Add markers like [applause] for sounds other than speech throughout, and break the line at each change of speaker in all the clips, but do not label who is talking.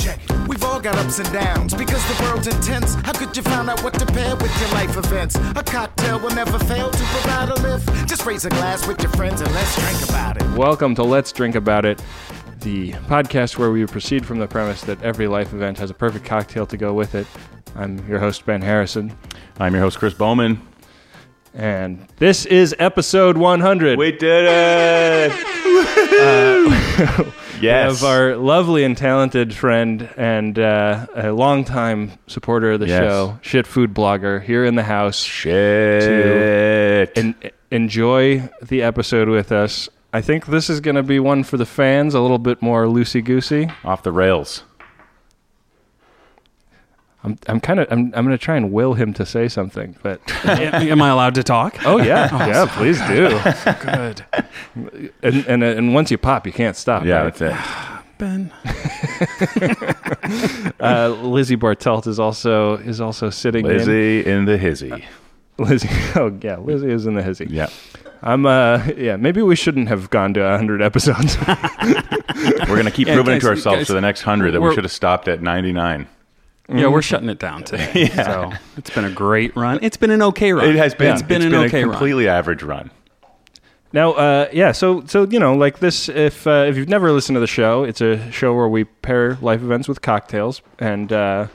check. We've all got ups and downs because the world's intense. How could you find out what to pair with your life events? A cocktail will never fail to provide a lift. Just raise a glass with your friends and let's drink about it.
Welcome to Let's Drink About It, the podcast where we proceed from the premise that every life event has a perfect cocktail to go with it. I'm your host, Ben Harrison,
I'm your host, Chris Bowman.
and this is episode 100
We did it! [laughs] yes.
of our lovely and talented friend and uh, a longtime supporter of the
Yes.
show, Shit Food Blogger, here in the house.
shit.
and enjoy the episode with us. I think this is going to be one for the fans, a little bit more loosey goosey.
Off the rails.
I'm, I'm kind of, I'm, I'm going to try and will him to say something, but
Am I allowed to talk?
oh
[laughs]
yeah, yeah, please do. Good. And, and and once you pop, you can't stop.
Yeah,
right?
that's it.
Ben.
[laughs] Uh, Lizzie Bartelt is also is also sitting in.
Lizzie in the hizzy.
[laughs] Lizzie, oh yeah, Lizzie is in the hizzy.
Yeah.
I'm. Uh, yeah, maybe we shouldn't have gone to 100 episodes.
We're going to keep
Yeah,
proving it
guys,
to ourselves
guys,
for the next 100 that we
we're-
should have stopped at 99.
Yeah,
Mm-hmm.
we're shutting it
[laughs]
down today. So it's been a great run. It's been an okay run.
It has been,
It's been
it's
an
been
okay
a
run.
completely average run.
Now, uh, yeah, so so you know, like this, if uh, if you've never listened to the show, it's a show where we pair life events with cocktails, and uh,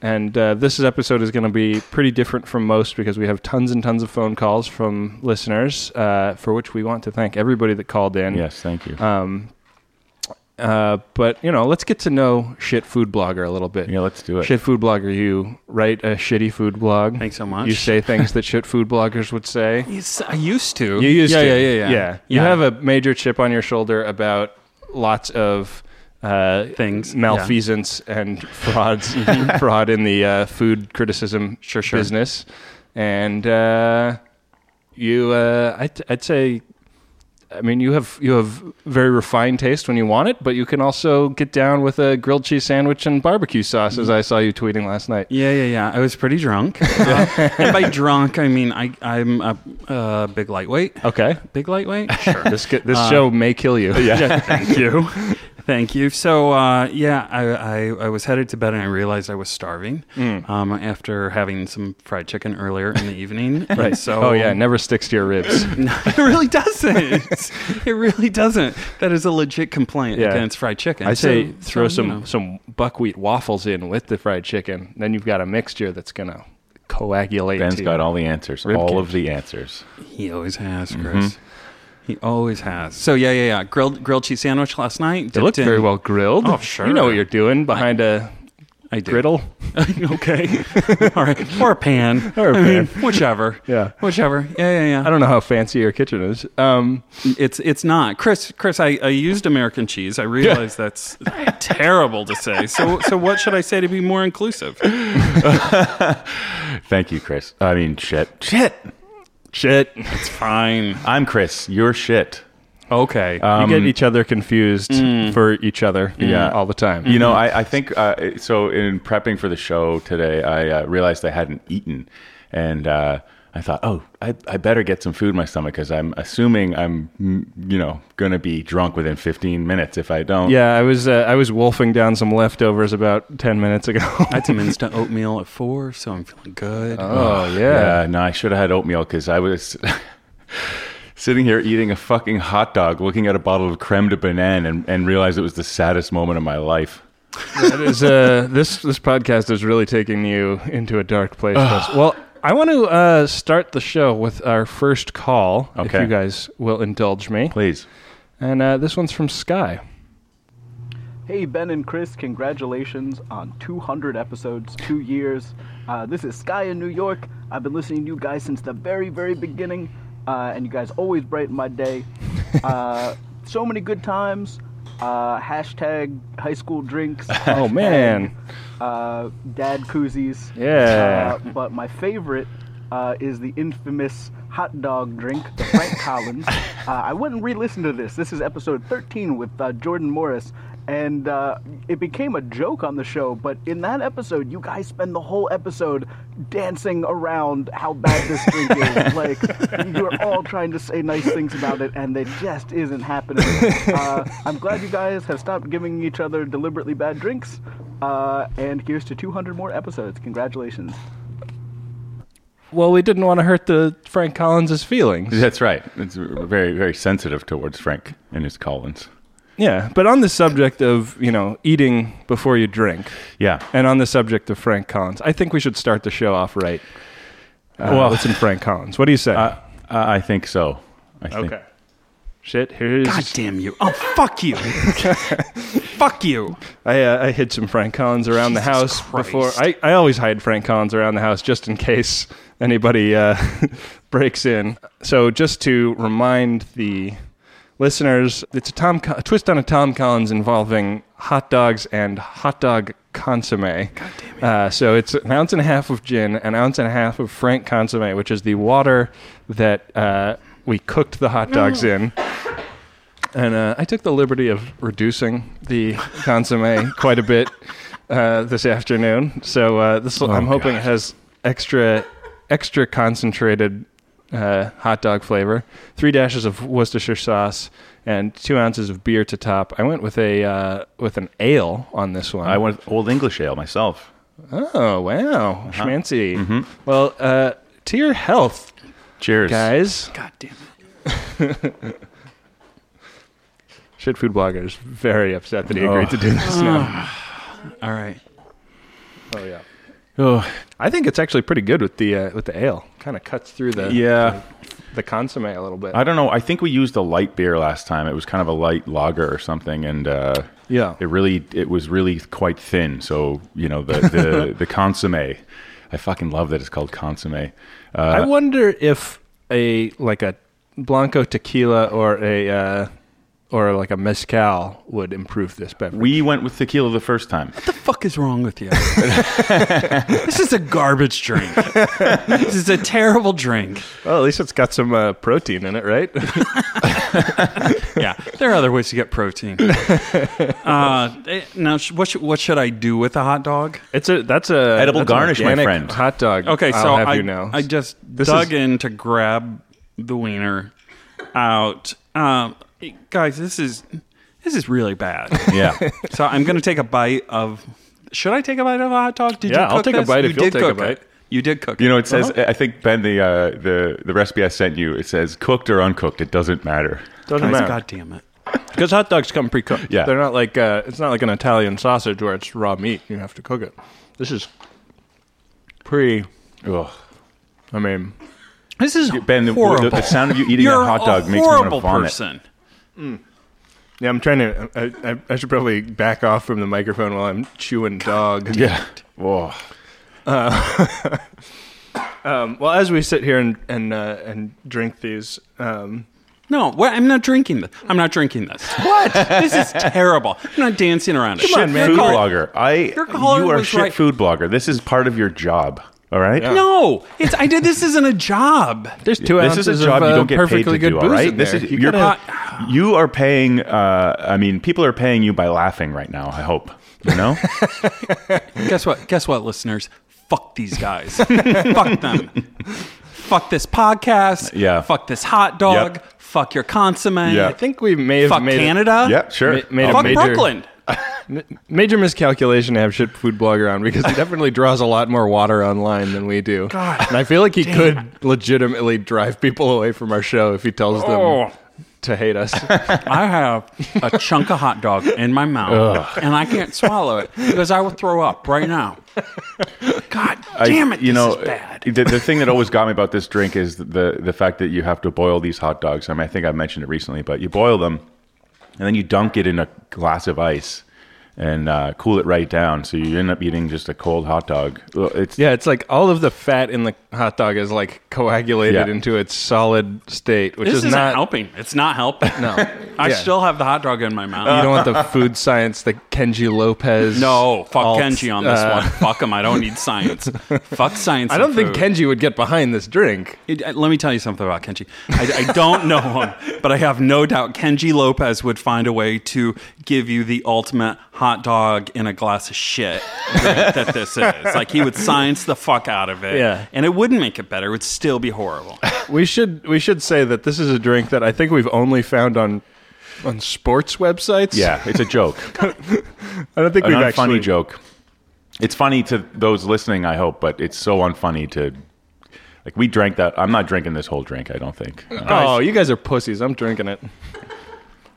and uh, this episode is going to be pretty different from most because we have tons and tons of phone calls from listeners, uh, for which we want to thank everybody that called in.
Yes, thank you.
Um, uh, but you know, let's get to know shit food blogger a little bit.
yeah, let's do it.
Shit food blogger, you write a shitty food blog.
Thanks so much.
You say things that shit food bloggers would
[laughs]
say.
Yes, I used to.
You used
yeah,
to.
Yeah, yeah, yeah,
You have a major chip on your shoulder about lots of uh,
Things, yeah.
malfeasance and frauds, [laughs] fraud in the uh, food criticism business, and uh, you, uh, I'd, I'd say. I mean, you have you have very refined taste when you want it, but you can also get down with a grilled cheese sandwich and barbecue sauce, as I saw you tweeting last night.
Yeah, yeah, yeah. I was
[laughs]
pretty drunk. Uh, and by drunk, I mean I, I'm a uh, big lightweight.
Okay, [laughs]
Big lightweight? Sure.
this ca- this show may kill you. Yeah,
Uh, [laughs] yeah, thank
[laughs]
you. [laughs] Thank you. So, uh, yeah, I, I, I was headed to bed and I realized I was starving
Mm.
um, after having some fried chicken earlier in the evening.
[laughs]
And
right.
So,
oh yeah, it never sticks to your [laughs] ribs.
No, [laughs] it
[laughs]
really doesn't. it really doesn't. That is a legit complaint
Yeah.
against fried chicken.
I say
So-
throw
so,
some
you know.
some buckwheat waffles in with the fried chicken. Then you've got a mixture that's gonna coagulate.
Ben's
to-
got all the answers.
Rib
all
cage.
of the answers.
He always has, Chris. He always has. Mm-hmm. So yeah, yeah, yeah. Grilled grilled cheese sandwich last night.
It
dipped
looked
in-
very well grilled.
Oh, sure.
You know what you're doing behind a
I did.
griddle.
[laughs]
[laughs]
okay. All right. Or a pan.
Or a
I mean,
pan.
whichever.
[laughs] Yeah.
Whichever. Yeah, yeah, yeah.
I don't know how fancy your kitchen is. Um,
It's it's not, Chris. Chris, I, I used American cheese. I realize that's terrible to say. So so what should I say to be more inclusive?
Thank you, Chris. I mean, shit. Shit.
shit,
It's fine.
I'm Chris. You're shit.
Okay.
you get each other confused for each other.
Yeah.
all the time.
You know, I, I think uh, so. In prepping for the show today, I uh, realized I hadn't eaten, and uh, I thought, oh, I, I better get some food in my stomach because I'm assuming I'm, mm, you know, going to be drunk within 15 minutes if I don't.
yeah, I was uh, I was wolfing down some leftovers about ten minutes ago.
I had some instant oatmeal at four, so I'm feeling good.
[laughs] oh
Yeah, no, I should have had oatmeal because I was [laughs] sitting here eating a fucking hot dog, looking at a bottle of creme de banane, and, and realized it was the saddest moment of my life.
That is uh, this this podcast is really taking you into a dark place. Chris. well, I want to uh, start the show with our first call, if
Okay.
you guys will indulge me.
Please.
And uh, this one's from Sky.
Hey, Ben and Chris, congratulations on 200 episodes, two years. Uh, this is Sky in New York. I've been listening to you guys since the very, very beginning, uh, and you guys always brighten my
[laughs]
day. Uh, so many good times. Uh, hashtag high school drinks.
Oh man,
uh, dad koozies.
Yeah.
Uh, but my favorite uh, is the infamous hot dog drink, the Frank Collins. Uh, I went and re-listened to this. This is episode 13 with uh, Jordan Morris, And uh, it became a joke on the show, but in that episode, you guys spend the whole episode dancing around how bad this drink is. Like, you're all trying to say nice things about it, and it just isn't happening. Uh, I'm glad you guys have stopped giving each other deliberately bad drinks. Uh, and here's to 200 more episodes. Congratulations.
Well, we didn't want to hurt the Frank Collins's feelings.
That's right. It's very, very sensitive towards Frank and his Collins.
Yeah, but on the subject of you know eating before you drink,
Yeah.
and on the subject of Frank Collins, I think we should start the show off right. Uh,
Well-
listen, Frank Collins, what do you say?
I, I I think so. I think.
uh, okay. Shit, here's
God damn you! Oh fuck you! fuck you!
I, uh, I hid some Frank Collins around the house
Jesus
before. I,
Christ.
I always hide Frank Collins around the house just in case anybody uh, [laughs] breaks in. So just to remind the listeners, it's a Tom Co- a twist on a Tom Collins involving hot dogs and hot dog consomme. God damn it. Uh, so it's an ounce and a half of gin, an ounce and a half of Frank consomme, which is the water that uh, we cooked the hot dogs
Mm.
in. And uh, I took the liberty of reducing the consomme quite a bit uh, this afternoon. So uh, this will I'm hoping it has extra extra concentrated uh, hot dog flavor. Three dashes of Worcestershire sauce and two ounces of beer to top. I went with a uh, with an ale on this one.
I want Old English Ale myself.
oh wow, schmancy. Well, uh, to your health,
Cheers.
guys.
God damn it!
Shit, food blogger is very upset that he agreed to do this now.
All right.
Oh yeah.
Oh,
I think it's actually pretty good with the uh, with the ale. Kind of cuts through the
yeah.
the consomme a little bit.
I don't know. I think we used a light beer last time. It was kind of a light lager or something, and uh,
Yeah.
it really it was really quite thin. So you know the
[laughs]
the, the consomme. I fucking love that it's called consomme. Uh,
I wonder if a like a blanco tequila or a uh, or like a mezcal would improve this beverage.
we went with tequila the first time.
What the fuck is wrong with you? [laughs] this is a garbage drink. this is a terrible drink.
well, at least it's got some uh, protein in it, right?
Yeah, there are other ways to get protein. Uh, eh, now, sh- what should, what should I do with a hot dog?
[laughs] it's a that's a
Edible
that's an
garnish, my
organic
friend.
Hot dog.
Okay,
I'll
so
have
I,
you know.
I just
This
dug
is-
in to grab the wiener out. Um, eh, guys, this is this is
[laughs]
really bad. [laughs]
Yeah.
so I'm going to take a bite of. Should I take a bite of a hot dog? Did
Yeah,
you cook
I'll take a
this?
bite
you
if you'll
did
take a
cook
bite.
It. You did cook.
You
it.
know, it says I think Ben the uh, the the recipe I sent you. It says cooked or uncooked. It doesn't matter.
Doesn't
Guys,
matter.
God damn it.
Because hot dogs come pre-cooked.
Yeah.
they're not like uh, it's not like an Italian sausage where it's raw meat. You have to cook it. This is pre.
Ugh.
I mean,
This is
Ben, the,
horrible.
the, the sound of you eating
You're
a hot dog
a
makes me want to
horrible
vomit.
person.
yeah, I'm trying to. I, I, I should probably back off from the microphone while I'm chewing dog.
Yeah. Whoa.
Um, well, as we sit here and and uh, and drink these, um,
No, what, I'm not drinking this. I'm not drinking this.
[laughs]
What? this is terrible. I'm not dancing around it.
shit
on, man.
food
Your
blogger. I
your collar
you are a
was
shit
right.
food blogger. This is part of your job. All
[laughs]
right.
No, it's I did. This isn't a job.
there's two uh,
this is a job
uh,
you don't get paid to do. All right. This is
you
you're
gotta-
pa- you are paying. Uh, I mean, people are paying you by laughing right now. I hope you
[laughs]
know.
Guess what? Guess what, listeners? Fuck these guys.
[laughs]
Fuck them. Fuck this podcast.
Yeah.
Fuck this hot dog.
Yep.
Fuck your consomme.
Yeah.
I think we may have
Fuck
made
Canada.
yep. Sure.
Ma- made a
Fuck
major- [laughs]
Brooklyn.
major miscalculation to have shit food blogger on because he definitely draws a lot more water online than we do.
God.
and I feel like he could legitimately drive people away from our show if he tells
Oh.
them to hate
[laughs]
us.
I have a chunk of hot dog in my mouth and I can't swallow it because I will throw up right now. God
I-
damn it!
You know,
this is bad.
The, the thing that always got me about this drink is the the fact that you have to boil these hot dogs. I mean, I think I mentioned it recently, but you boil them, and then you dunk it in a glass of ice and uh, cool it right down. So you end up eating just a cold hot dog. Well, It's
yeah, it's like all of the fat in the hot dog is like coagulated
Yeah.
into its solid state, which
This
is
isn't
not
helping. It's not helping.
No,
I
Yeah.
still have the hot dog in my mouth.
Uh,
You don't want the food science, the Kenji Lopez.
No, fuck
alt,
Kenji on this
uh,
one. Fuck him. I
[laughs]
don't need science. fuck science.
I
and
don't think
food.
Kenji would get behind this drink.
It- uh, let me tell you something about Kenji. I, I don't know him, but I have no doubt Kenji Lopez would find a way to give you the ultimate hot dog in a glass of shit that, that this is. Like he would science the fuck out of it.
Yeah.
And it wouldn't make it better. It would still be horrible.
We should we should say that this is a drink that I think we've only found on on sports websites.
Yeah, it's
[laughs]
a joke.
I don't think
An
we've
unfunny
actually
joke. It's funny to those listening, I hope, but it's so unfunny to like we drank that. I'm not drinking this whole drink. I don't think.
Oh, you guys are pussies. I'm drinking it.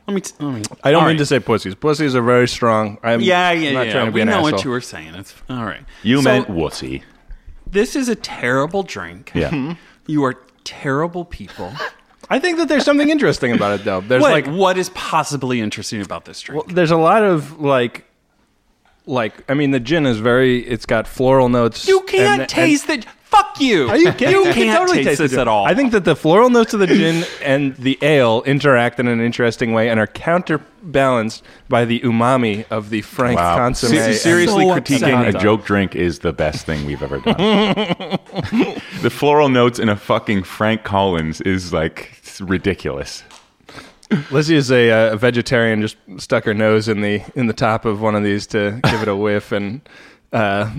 Let me. T- let me
I don't
all
mean
right.
to say pussies. Pussies are very strong. I'm
Yeah, yeah,
not
yeah.
trying to be
we
an
know
asshole.
what you were saying. It's all right.
you
So,
meant wussy.
this is a terrible drink.
[laughs] Hmm?
Yeah.
You are terrible people.
I think that there's something interesting about it, though. There's
what,
like
what is possibly interesting about this drink?
Well, there's a lot of like, like I mean, the gin is very. It's got floral notes.
you can't
and- and-
taste it. Fuck you.
Are you kidding?
You
can
can't
totally
taste,
the
this
gin.
at all.
I think that the floral notes of the
[coughs]
gin and the ale interact in an interesting way and are counterbalanced by the umami of the frank consomme.
Se-
and-
seriously,
So
critiquing
upset.
a joke drink is the best thing we've ever done. [laughs] the floral notes in a fucking Frank Collins is like ridiculous.
Lizzie is a, uh, a vegetarian. Just stuck her nose in the in the top of one of these to give it a whiff, and uh,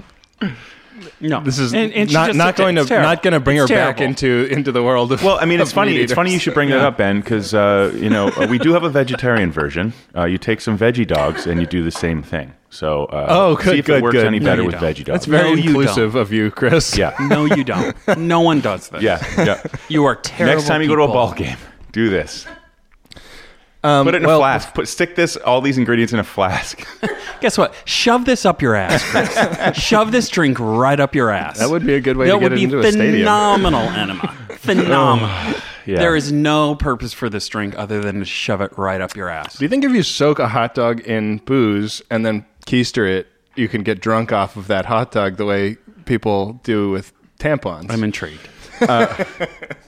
no.
this is
And- and she
not
just
not
looked at-
going to
it's terrible.
not going to bring her
It's
back
terrible.
into into the world of.
Well, I mean, it's
of
funny.
meat
It's funny you
eaters.
should bring that up, Ben, because uh, you know we do have a vegetarian version. Uh, you take some veggie dogs and you do the same thing. So, uh,
Oh, good,
see if
good,
it works
good.
any
No,
better
you
with
don't.
veggie dogs.
That's very [laughs]
No, you
inclusive of you, Chris.
yeah,
[laughs] No, you don't. No one does this.
yeah, yeah.
You are terrible.
Next time you go to a
people.
ball game, do this.
Um,
Put it in
well,
a flask. Put stick this all these ingredients in a flask. [laughs]
Guess what? Shove this up your ass,
[laughs]
Chris. Shove this drink right up your ass.
That would be a good way
that
to get
would
it
be
into a stadium. [laughs]
phenomenal enema. Phenomenal.
Yeah.
There is no purpose for this drink other than to shove it right up your ass.
Do you think if you soak a hot dog in booze and then keister it, you can get drunk off of that hot dog the way people do with tampons?
I'm intrigued.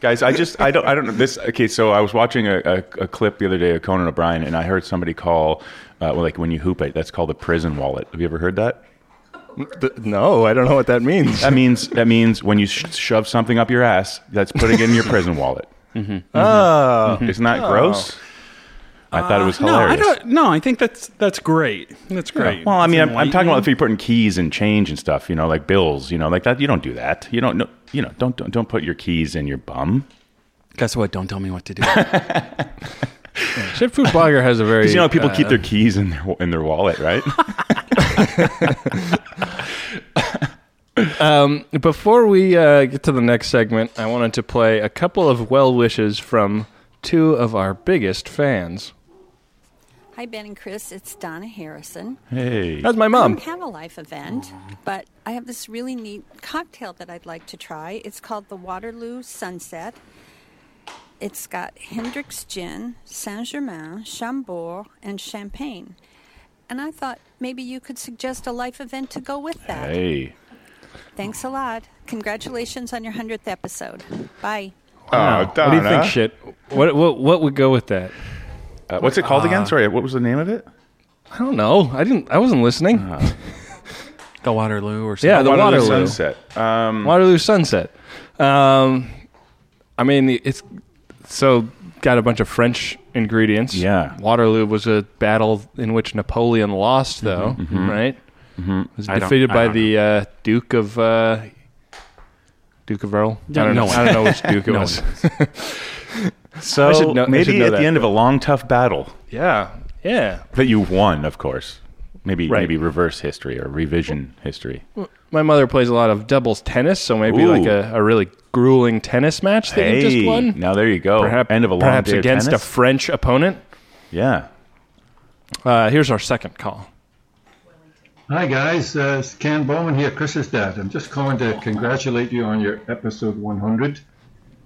Guys, I just I don't I don't know this. Okay, so I was watching a, a, a clip the other day of Conan O'Brien, and I heard somebody call, uh, well, like when you hoop it, that's called a prison wallet. Have you ever heard that?
Th- no, I don't know what that means.
That means that means when you sh- shove something up your ass, that's putting it in your prison wallet.
Mm-hmm.
Mm-hmm.
Oh,
Isn't that gross? I thought it was
Uh, No, I
hilarious.
don't. No, I think that's that's great. That's great.
Well, I mean,
It's
I'm, I'm talking about
enlightening.
if you're putting keys and change and stuff, you know, like bills, you know, like that. You don't do that. You don't, no, you know, don't, don't don't put your keys in your bum.
Guess what? Don't tell me what to do.
[laughs]
[laughs]
Chip Food Blogger has a very uh,
Because you know people keep their keys in their in their
[laughs]
wallet, right?
Um, before we uh, get to the next segment, I wanted to play a couple of well wishes from two of our biggest fans.
Hi, Ben and Chris. It's Donna Harrison.
hey,
That's my
I
mom.
don't have a life event, but I have this really neat cocktail that I'd like to try. It's called the Waterloo Sunset. It's got Hendricks gin, Saint Germain, Chambord, and champagne. And I thought maybe you could suggest a life event to go with that.
hey.
Thanks a lot. Congratulations on your 100th episode. Bye.
Oh,
What do you
Donna.
think? Shit. What what what would go with that?
Uh, what's it called again? Sorry, what was the name of it?
I don't know. I didn't. I wasn't listening.
Uh,
the Waterloo or something.
yeah, the Waterloo,
Sunset. Um,
Waterloo Sunset. Um, I mean, it's so got a bunch of French ingredients.
Yeah.
Waterloo was a battle in which Napoleon lost, though, right? Mm-hmm. Was
I don't-
defeated
I
by
don't
the uh, Duke of uh, Duke of Earl. I don't
no
know.
one-
I don't know which Duke it
no
was.
one
so
I should know- I should
maybe
know
at
that,
the end of a long, tough battle
[laughs] yeah, yeah.
that you won, of course. Maybe
Right.
maybe reverse history or revision history.
My mother plays a lot of doubles tennis, so maybe
Ooh.
like a, a really grueling tennis match that you just won.
now there you go.
Perhaps,
end of a long
perhaps
day of
against
tennis.
a French opponent.
yeah.
Uh, here's our second call.
Hi guys, uh, it's Ken Bowman here, Chris's dad. I'm just calling to congratulate you on your episode 100.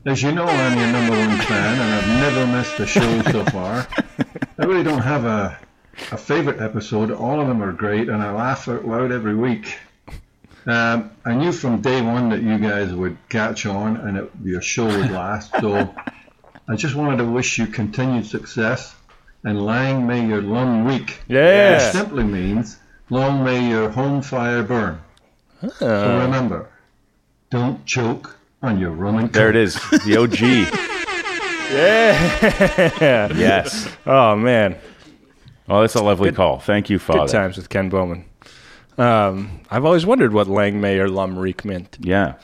As you know, I'm your number one fan, and I've never missed a show so far. I really don't have a a favorite episode. All of them are great, and I laugh out loud every week. Um, I knew from day one that you guys would catch on, and it, your show would last. So I just wanted to wish you continued success, and lang may your long week
Yeah.
which simply means long may your home fire burn.
Ah.
So remember, don't choke on your Roman
There it is. The [laughs] OG.
Yeah.
yes.
Oh man.
Well, that's a lovely call. Thank you, Father.
Good times with Ken Bowman. Um, I've always wondered what Langmay or Lumreek meant.
Yeah.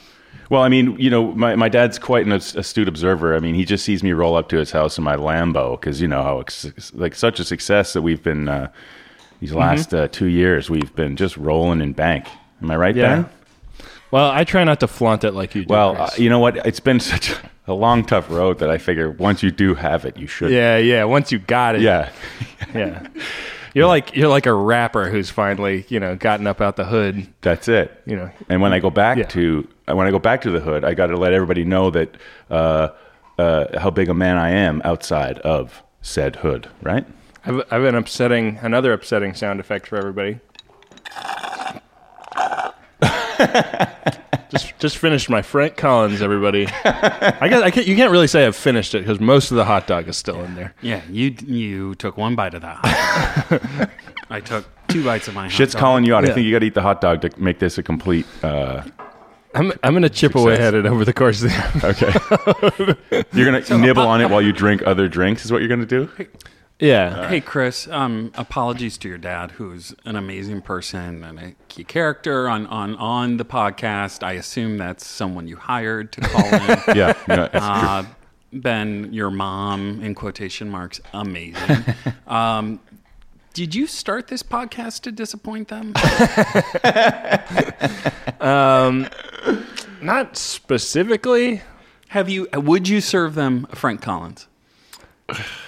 Well, I mean, you know, my, my dad's quite an as- astute observer. I mean, he just sees me roll up to his house in my Lambo because you know how ex- like such a success that we've been uh, these
Mm-hmm.
last uh, two years. We've been just rolling in bank. Am I right, Ben?
Well, I try not to flaunt it like you do.
Well, uh,
Chris.
you know what? It's been such a, a long, tough road that I figure once you do have it, you should.
yeah, yeah. Once you got it,
Yeah.
yeah. You're like you're like a rapper who's finally you know gotten up out the hood.
That's it.
You know.
And when I go back
Yeah.
to uh, when I go back to the hood, I got to let everybody know that uh, uh, how big a man I am outside of said hood, right?
I've, I've been upsetting another upsetting sound effect for everybody. [laughs] just just finished my Frank Collins, everybody. I guess I can't, you can't really say I've finished it because most of the hot dog is still in there.
Yeah, you you took one bite of that. hot dog. I took two bites of my.
Shit's
hot dog.
calling you out.
Yeah.
I think you got to eat the hot dog to make this a complete. Uh,
I'm I'm gonna chip away at it over the course of the [laughs]
okay. you're gonna nibble
uh,
on it while you drink other drinks. Is what you're
[laughs]
gonna do?
Yeah.
Hey Chris, um, apologies to your dad, who's an amazing person and a key character on on on the podcast. I assume that's someone you hired to call in.
[laughs] Yeah. you know, it's true.
Uh, ben, your mom in quotation marks,
[laughs]
amazing. um, did you start this podcast to disappoint them?
Not specifically.
Have you? uh, Would you serve them a Frank Collins?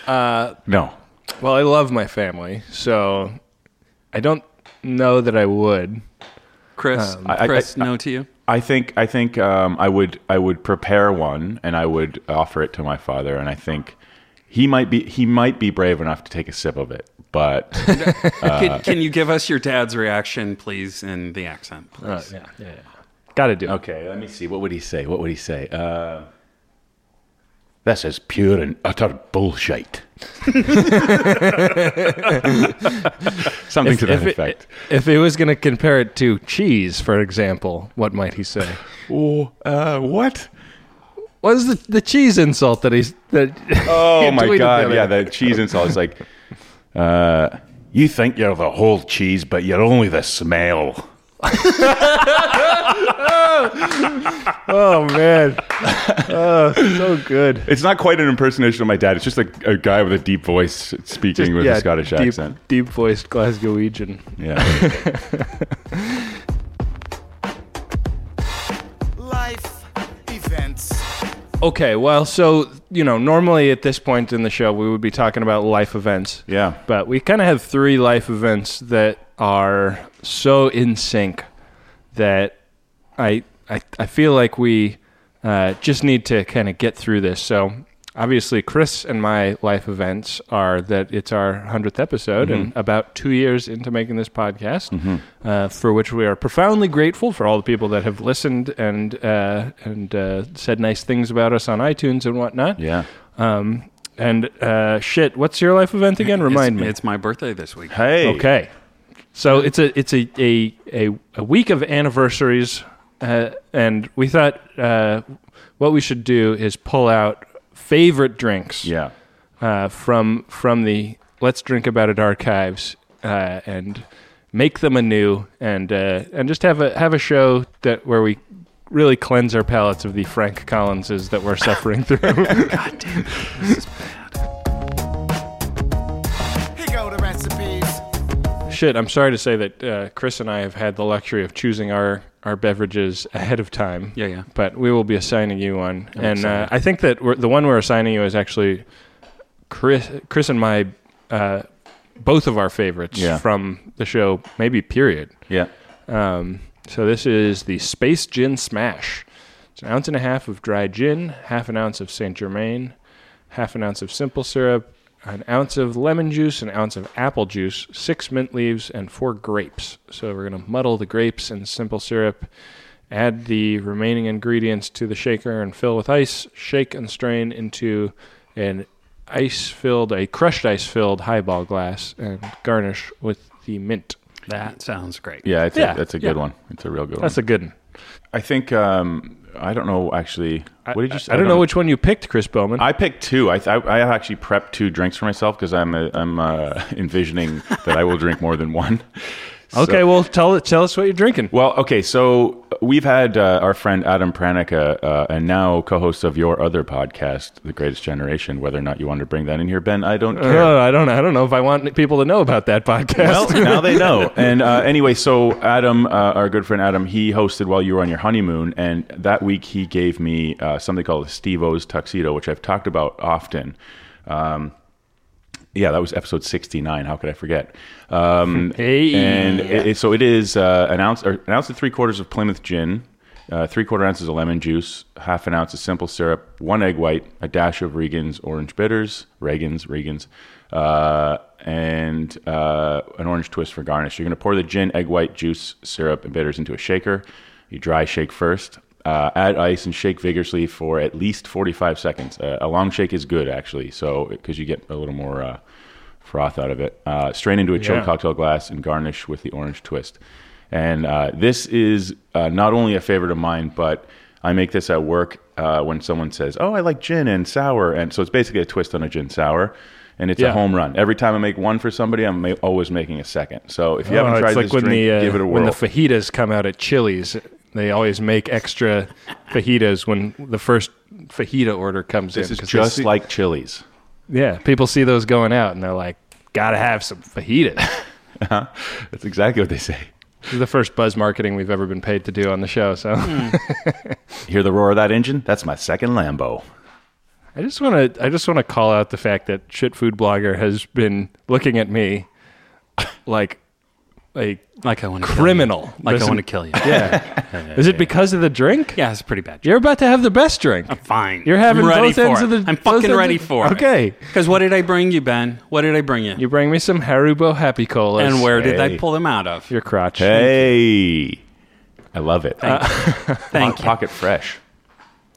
no.
Well, I love my family, so I don't know that I would.
Chris,
Um,
I- I-
Chris,
I-
no to you.
I think I think um, I would I would prepare one and I would offer it to my father and I think he might be he might be brave enough to take a sip of it but
[laughs] Uh,
can, can you give us your dad's reaction, please, in the accent? Please?
yeah, yeah, Got to do. it.
okay let me see what would he say what would he say uh, this is pure and utter
[laughs]
bullshit [laughs] something to that
if,
effect
it, if he was going to compare it to cheese, for example, what might he say?
oh uh, what
[laughs] What is the the cheese insult that he's that? [laughs]
oh my
tweeted
god
the other
yeah
day?
the cheese insult is like uh, you think you're the whole cheese but you're only the smell.
oh man, oh, so good.
It's not quite an impersonation of my dad. It's just a, a guy with a deep voice speaking with a Scottish
deep,
accent.
deep voiced Glasgowegian. [laughs]
Yeah.
Life events.
Okay, well, so you know, normally at this point in the show, we would be talking about life events.
Yeah.
But we kind of have three life events that are so in sync that I I, I feel like we uh, just need to kind of get through this. So obviously, Chris and my life events are that it's our hundredth episode and
Mm-hmm.
about two years into making this podcast, uh, for which we are profoundly grateful for all the people that have listened and uh, and uh, said nice things about us on iTunes and whatnot.
yeah.
Um, and uh, shit, what's your life event again? Remind
[laughs] it's,
me.
It's my birthday this week.
Hey.
Okay. So it's a it's a a a, a week of anniversaries, uh, and we thought uh, what we should do is pull out favorite drinks
Yeah.
uh, from from the Let's Drink About It archives uh, and make them anew, and uh, and just have a have a show that where we really cleanse our palates of the Frank Collinses that we're suffering through.
Here go the recipes.
Shit, I'm sorry to say that uh, Chris and I have had the luxury of choosing our, our beverages ahead of time.
Yeah, yeah.
But we will be assigning you one, and uh,
excited.
I think that we're, the one we're assigning you is actually Chris, Chris and my, uh, both of our favorites
Yeah.
from the show, maybe period.
Yeah.
Um, so this is the Space Gin Smash. It's an ounce and a half of dry gin, half an ounce of Saint Germain, half an ounce of simple syrup, an ounce of lemon juice, an ounce of apple juice, six mint leaves, and four grapes. So we're gonna muddle the grapes and simple syrup. Add the remaining ingredients to the shaker and fill with ice. Shake and strain into an ice-filled, a crushed ice-filled highball glass, and garnish with the mint.
That sounds great.
Yeah. It's
Yeah,
A, that's a
yeah.
good one. It's a real good
That's
one.
a good one.
I think um, I don't know actually. What did you? say?
I don't know which one you picked, Chris Bowman.
I picked two. I, I, I actually prepped two drinks for myself because I'm uh, I'm uh, [laughs] envisioning that I will drink more than one.
[laughs]
So-
okay, well tell tell us what you're drinking.
Well, okay. So we've had uh, our friend Adam Pranica, uh, and now co-host of your other podcast, The Greatest Generation. Whether or not you want to bring that in here, Ben, I don't
[laughs]
care.
Uh, I don't I don't know if I want people to know about that podcast. [laughs]
Well, now they know. And uh, anyway, so Adam, uh, our good friend Adam, he hosted while you were on your honeymoon, and that week he gave me uh, something called a Steve O's tuxedo, which I've talked about often. Um, yeah, that was episode sixty-nine. How could I forget? Um,
[laughs] Hey.
and it, it- so it is uh, an ounce, or an ounce and three quarters of Plymouth gin, uh, three quarter ounces of lemon juice, half an ounce of simple syrup, one egg white, a dash of Regan's orange bitters, Regan's, Regan's, uh, and uh, an orange twist for garnish. You're going to pour the gin, egg white, juice, syrup, and bitters into a shaker. You dry shake first. Uh, add ice and shake vigorously for at least 45 seconds. Uh, a long shake is good, actually, so because you get a little more uh, froth out of it. Uh, strain into a chilled
Yeah.
cocktail glass and garnish with the orange twist. And uh, this is uh, not only a favorite of mine, but I make this at work uh, when someone says, "Oh, I like gin and sour," and so it's basically a twist on a gin sour, and it's a
Yeah.
home run. Every time I make one for somebody, I'm ma- always making a second. So if you
Oh,
haven't tried
it's like
this
when
drink,
the uh,
give it a
when
whirl.
the fajitas come out at Chili's, they always make extra fajitas when the first fajita order comes
this
in.
is
'cause they
just
see-
like Chili's.
yeah, people see those going out and they're like, gotta have some fajitas.
That's exactly what they say.
[laughs] this is the first buzz marketing we've ever been paid to do on the show. So
Hear the roar of that engine? That's my second Lambo.
I just want to I just want to call out the fact that shit food blogger has been looking at me [laughs] like a
Like I want to
criminal.
Kill you. Like I
Listen-
want to kill you.
Yeah. Is it because of the drink?
Yeah, it's a pretty bad.
You're about to have the best drink.
Fine.
You're having
I'm ready
both ends
for
of
it.
the-
I'm
both
fucking
ends of-
ready for it.
Okay.
Because what did I bring you, Ben? What did I bring you?
[laughs] You bring me some Haribo Happy Colas.
and where did I
Hey.
pull them out of?
your crotch?
Hey, I love it.
Uh, [laughs]
Thank you.
Pocket fresh.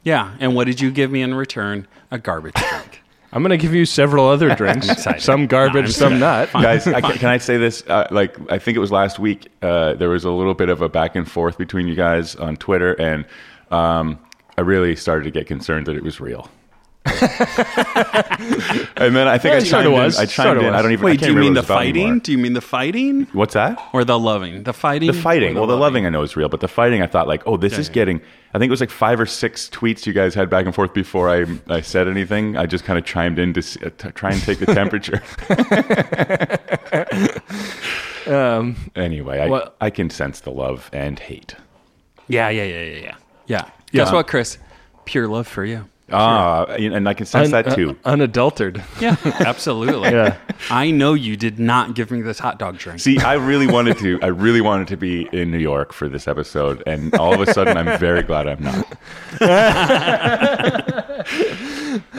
Yeah. And what did you give me in return? A garbage
[laughs]
drink.
I'm going to give you several other drinks.
excited.
some garbage,
I'm
some
excited.
not.
guys I, can i say this uh, like i think it was last week uh, there was a little bit of a back and forth between you guys on twitter and um, i really started to get concerned that it was
[laughs]
real and then i think
Yeah,
i
it
chimed
sorta
in-
was.
i chimed
Sorta
in i
was.
don't even I
Wait,
can't
do you
remember
mean the
what it was about
fighting?
anymore.
Do you mean the fighting
what's that
or the loving? The fighting.
the fighting
or
well the loving i know is real but the fighting i thought like oh this is getting i think it was like five or six tweets you guys had back and forth before i, I said anything i just kind of chimed in to, s- uh, to try and take
[laughs]
the temperature
Um,
anyway I,
Well-
I can sense the love and hate
Yeah, yeah, yeah, yeah, yeah. Yeah.
Yeah.
Guess what, Chris? Pure love for you.
Ah, and I can sense
Un- uh,
that too.
un- unadultered.
Yeah, [laughs] absolutely.
Yeah.
I know you did not give me this hot dog drink.
See, I really wanted to. I really wanted to be in New York for this episode, and all of a sudden, I'm very glad
[laughs]
I'm not.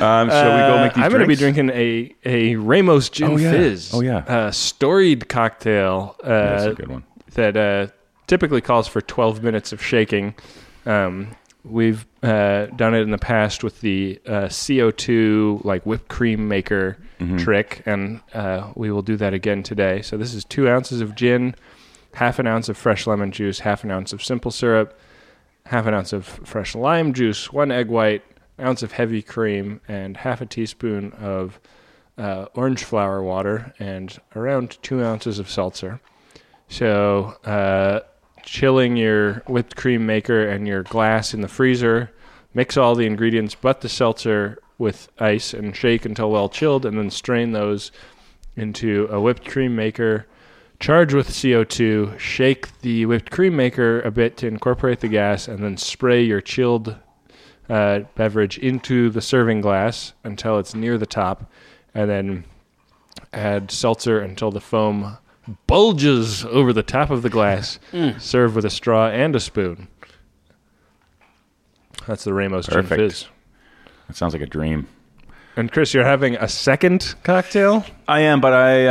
um, shall we go make these
Uh, I'm going to be
drinks?
drinking a, a Ramos Gin
Oh, yeah.
Fizz.
Oh, yeah.
Uh, storied cocktail. Uh,
That's a good one.
that uh, typically calls for 12 minutes of shaking. Um, we've uh, done it in the past with the uh, CO2 like whipped cream maker trick, and uh, we will do that again today. So this is two ounces of gin, half an ounce of fresh lemon juice, half an ounce of simple syrup, half an ounce of fresh lime juice, one egg white, ounce of heavy cream, and half a teaspoon of uh, orange flower water, and around two ounces of seltzer. So, uh, chilling your whipped cream maker and your glass in the freezer. Mix all the ingredients but the seltzer with ice and shake until well chilled, and then strain those into a whipped cream maker. Charge with CO2, shake the whipped cream maker a bit to incorporate the gas, and then spray your chilled uh, beverage into the serving glass until it's near the top, and then add seltzer until the foam bulges over the top of the [laughs] glass. Serve with a straw and a spoon. That's the Ramos Gin
Perfect.
Fizz.
That sounds like a dream.
And Chris, you're having a second cocktail.
I am, but I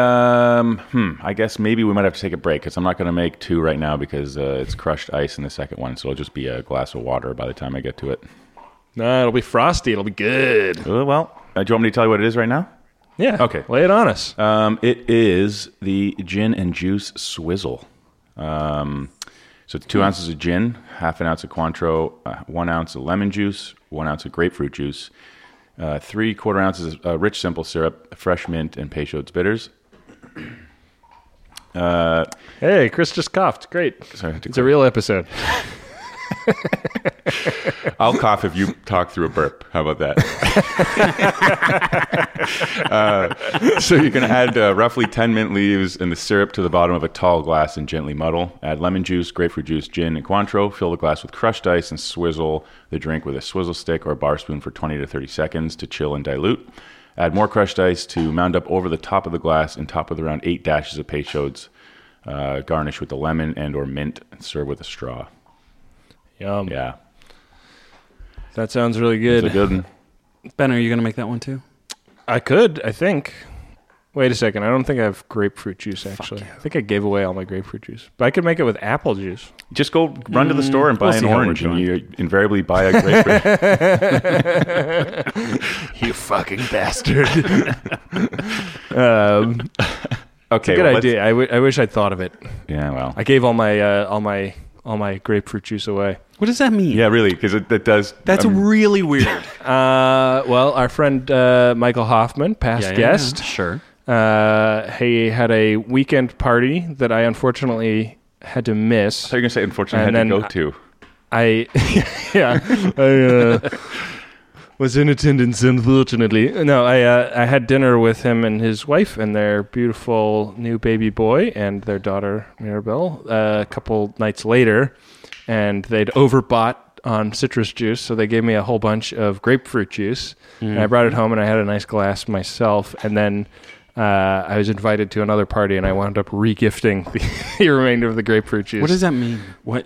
um, hmm, I guess maybe we might have to take a break because I'm not going to make two right now because uh, it's crushed ice in the second one, so it'll just be a glass of water by the time I get to it.
No, it'll be frosty. It'll be good.
Uh, well, uh, do you want me to tell you what it is right now?
Yeah.
Okay.
Lay it on us.
Um, it is the gin and juice swizzle. Um, So it's two ounces of gin, half an ounce of Cointreau, uh, one ounce of lemon juice, one ounce of grapefruit juice, uh, three quarter ounces of uh, rich simple syrup, fresh mint, and Peychaud's bitters.
Hey, Chris just coughed. Great.
Sorry, I had to
It's a real episode.
I'll cough if you talk through a burp. How about that? Uh, so you can add uh, roughly 10 mint leaves and the syrup to the bottom of a tall glass and gently muddle. Add lemon juice, grapefruit juice, gin, and Cointreau. Fill the glass with crushed ice and swizzle the drink with a swizzle stick or a bar spoon for 20 to 30 seconds to chill and dilute. Add more crushed ice to mound up over the top of the glass and top with around eight dashes of Peychaud's. Uh, garnish with the lemon and or mint and serve with a straw.
Yum.
Yeah.
That sounds really
It's a
good.
good one.
Ben, are you going to make that one too?
I could, I think. Wait a second. I don't think I have grapefruit juice, actually. I think I gave away all my grapefruit juice. But I could make it with apple juice.
Just go run to the store and buy
we'll
an
see how we're
orange, and
doing.
you invariably buy a grapefruit. [laughs]
You fucking bastard. um,
[laughs] okay,
good
well, let's-
idea. I, w- I wish I'd thought of it.
Yeah, well,
I gave all my uh, all my all my grapefruit juice away.
What does that mean?
yeah, really, because it, that does.
That's
um,
really weird.
Uh, well, our friend uh, Michael Hoffman, past
Yeah, yeah,
guest,
yeah. Sure.
Uh, he had a weekend party that I unfortunately had to miss.
So you're gonna say, unfortunately,
And
I had to
then
go to.
I [laughs] yeah, I uh, was in attendance. Unfortunately, no, I uh, I had dinner with him and his wife and their beautiful new baby boy and their daughter Mirabelle. Uh, a couple nights later, and they'd overbought on citrus juice, so they gave me a whole bunch of grapefruit juice, and I brought it home and I had a nice glass myself, and then. Uh, I was invited to another party and I wound up regifting [laughs] the, the remainder of the grapefruit juice.
What does that mean? What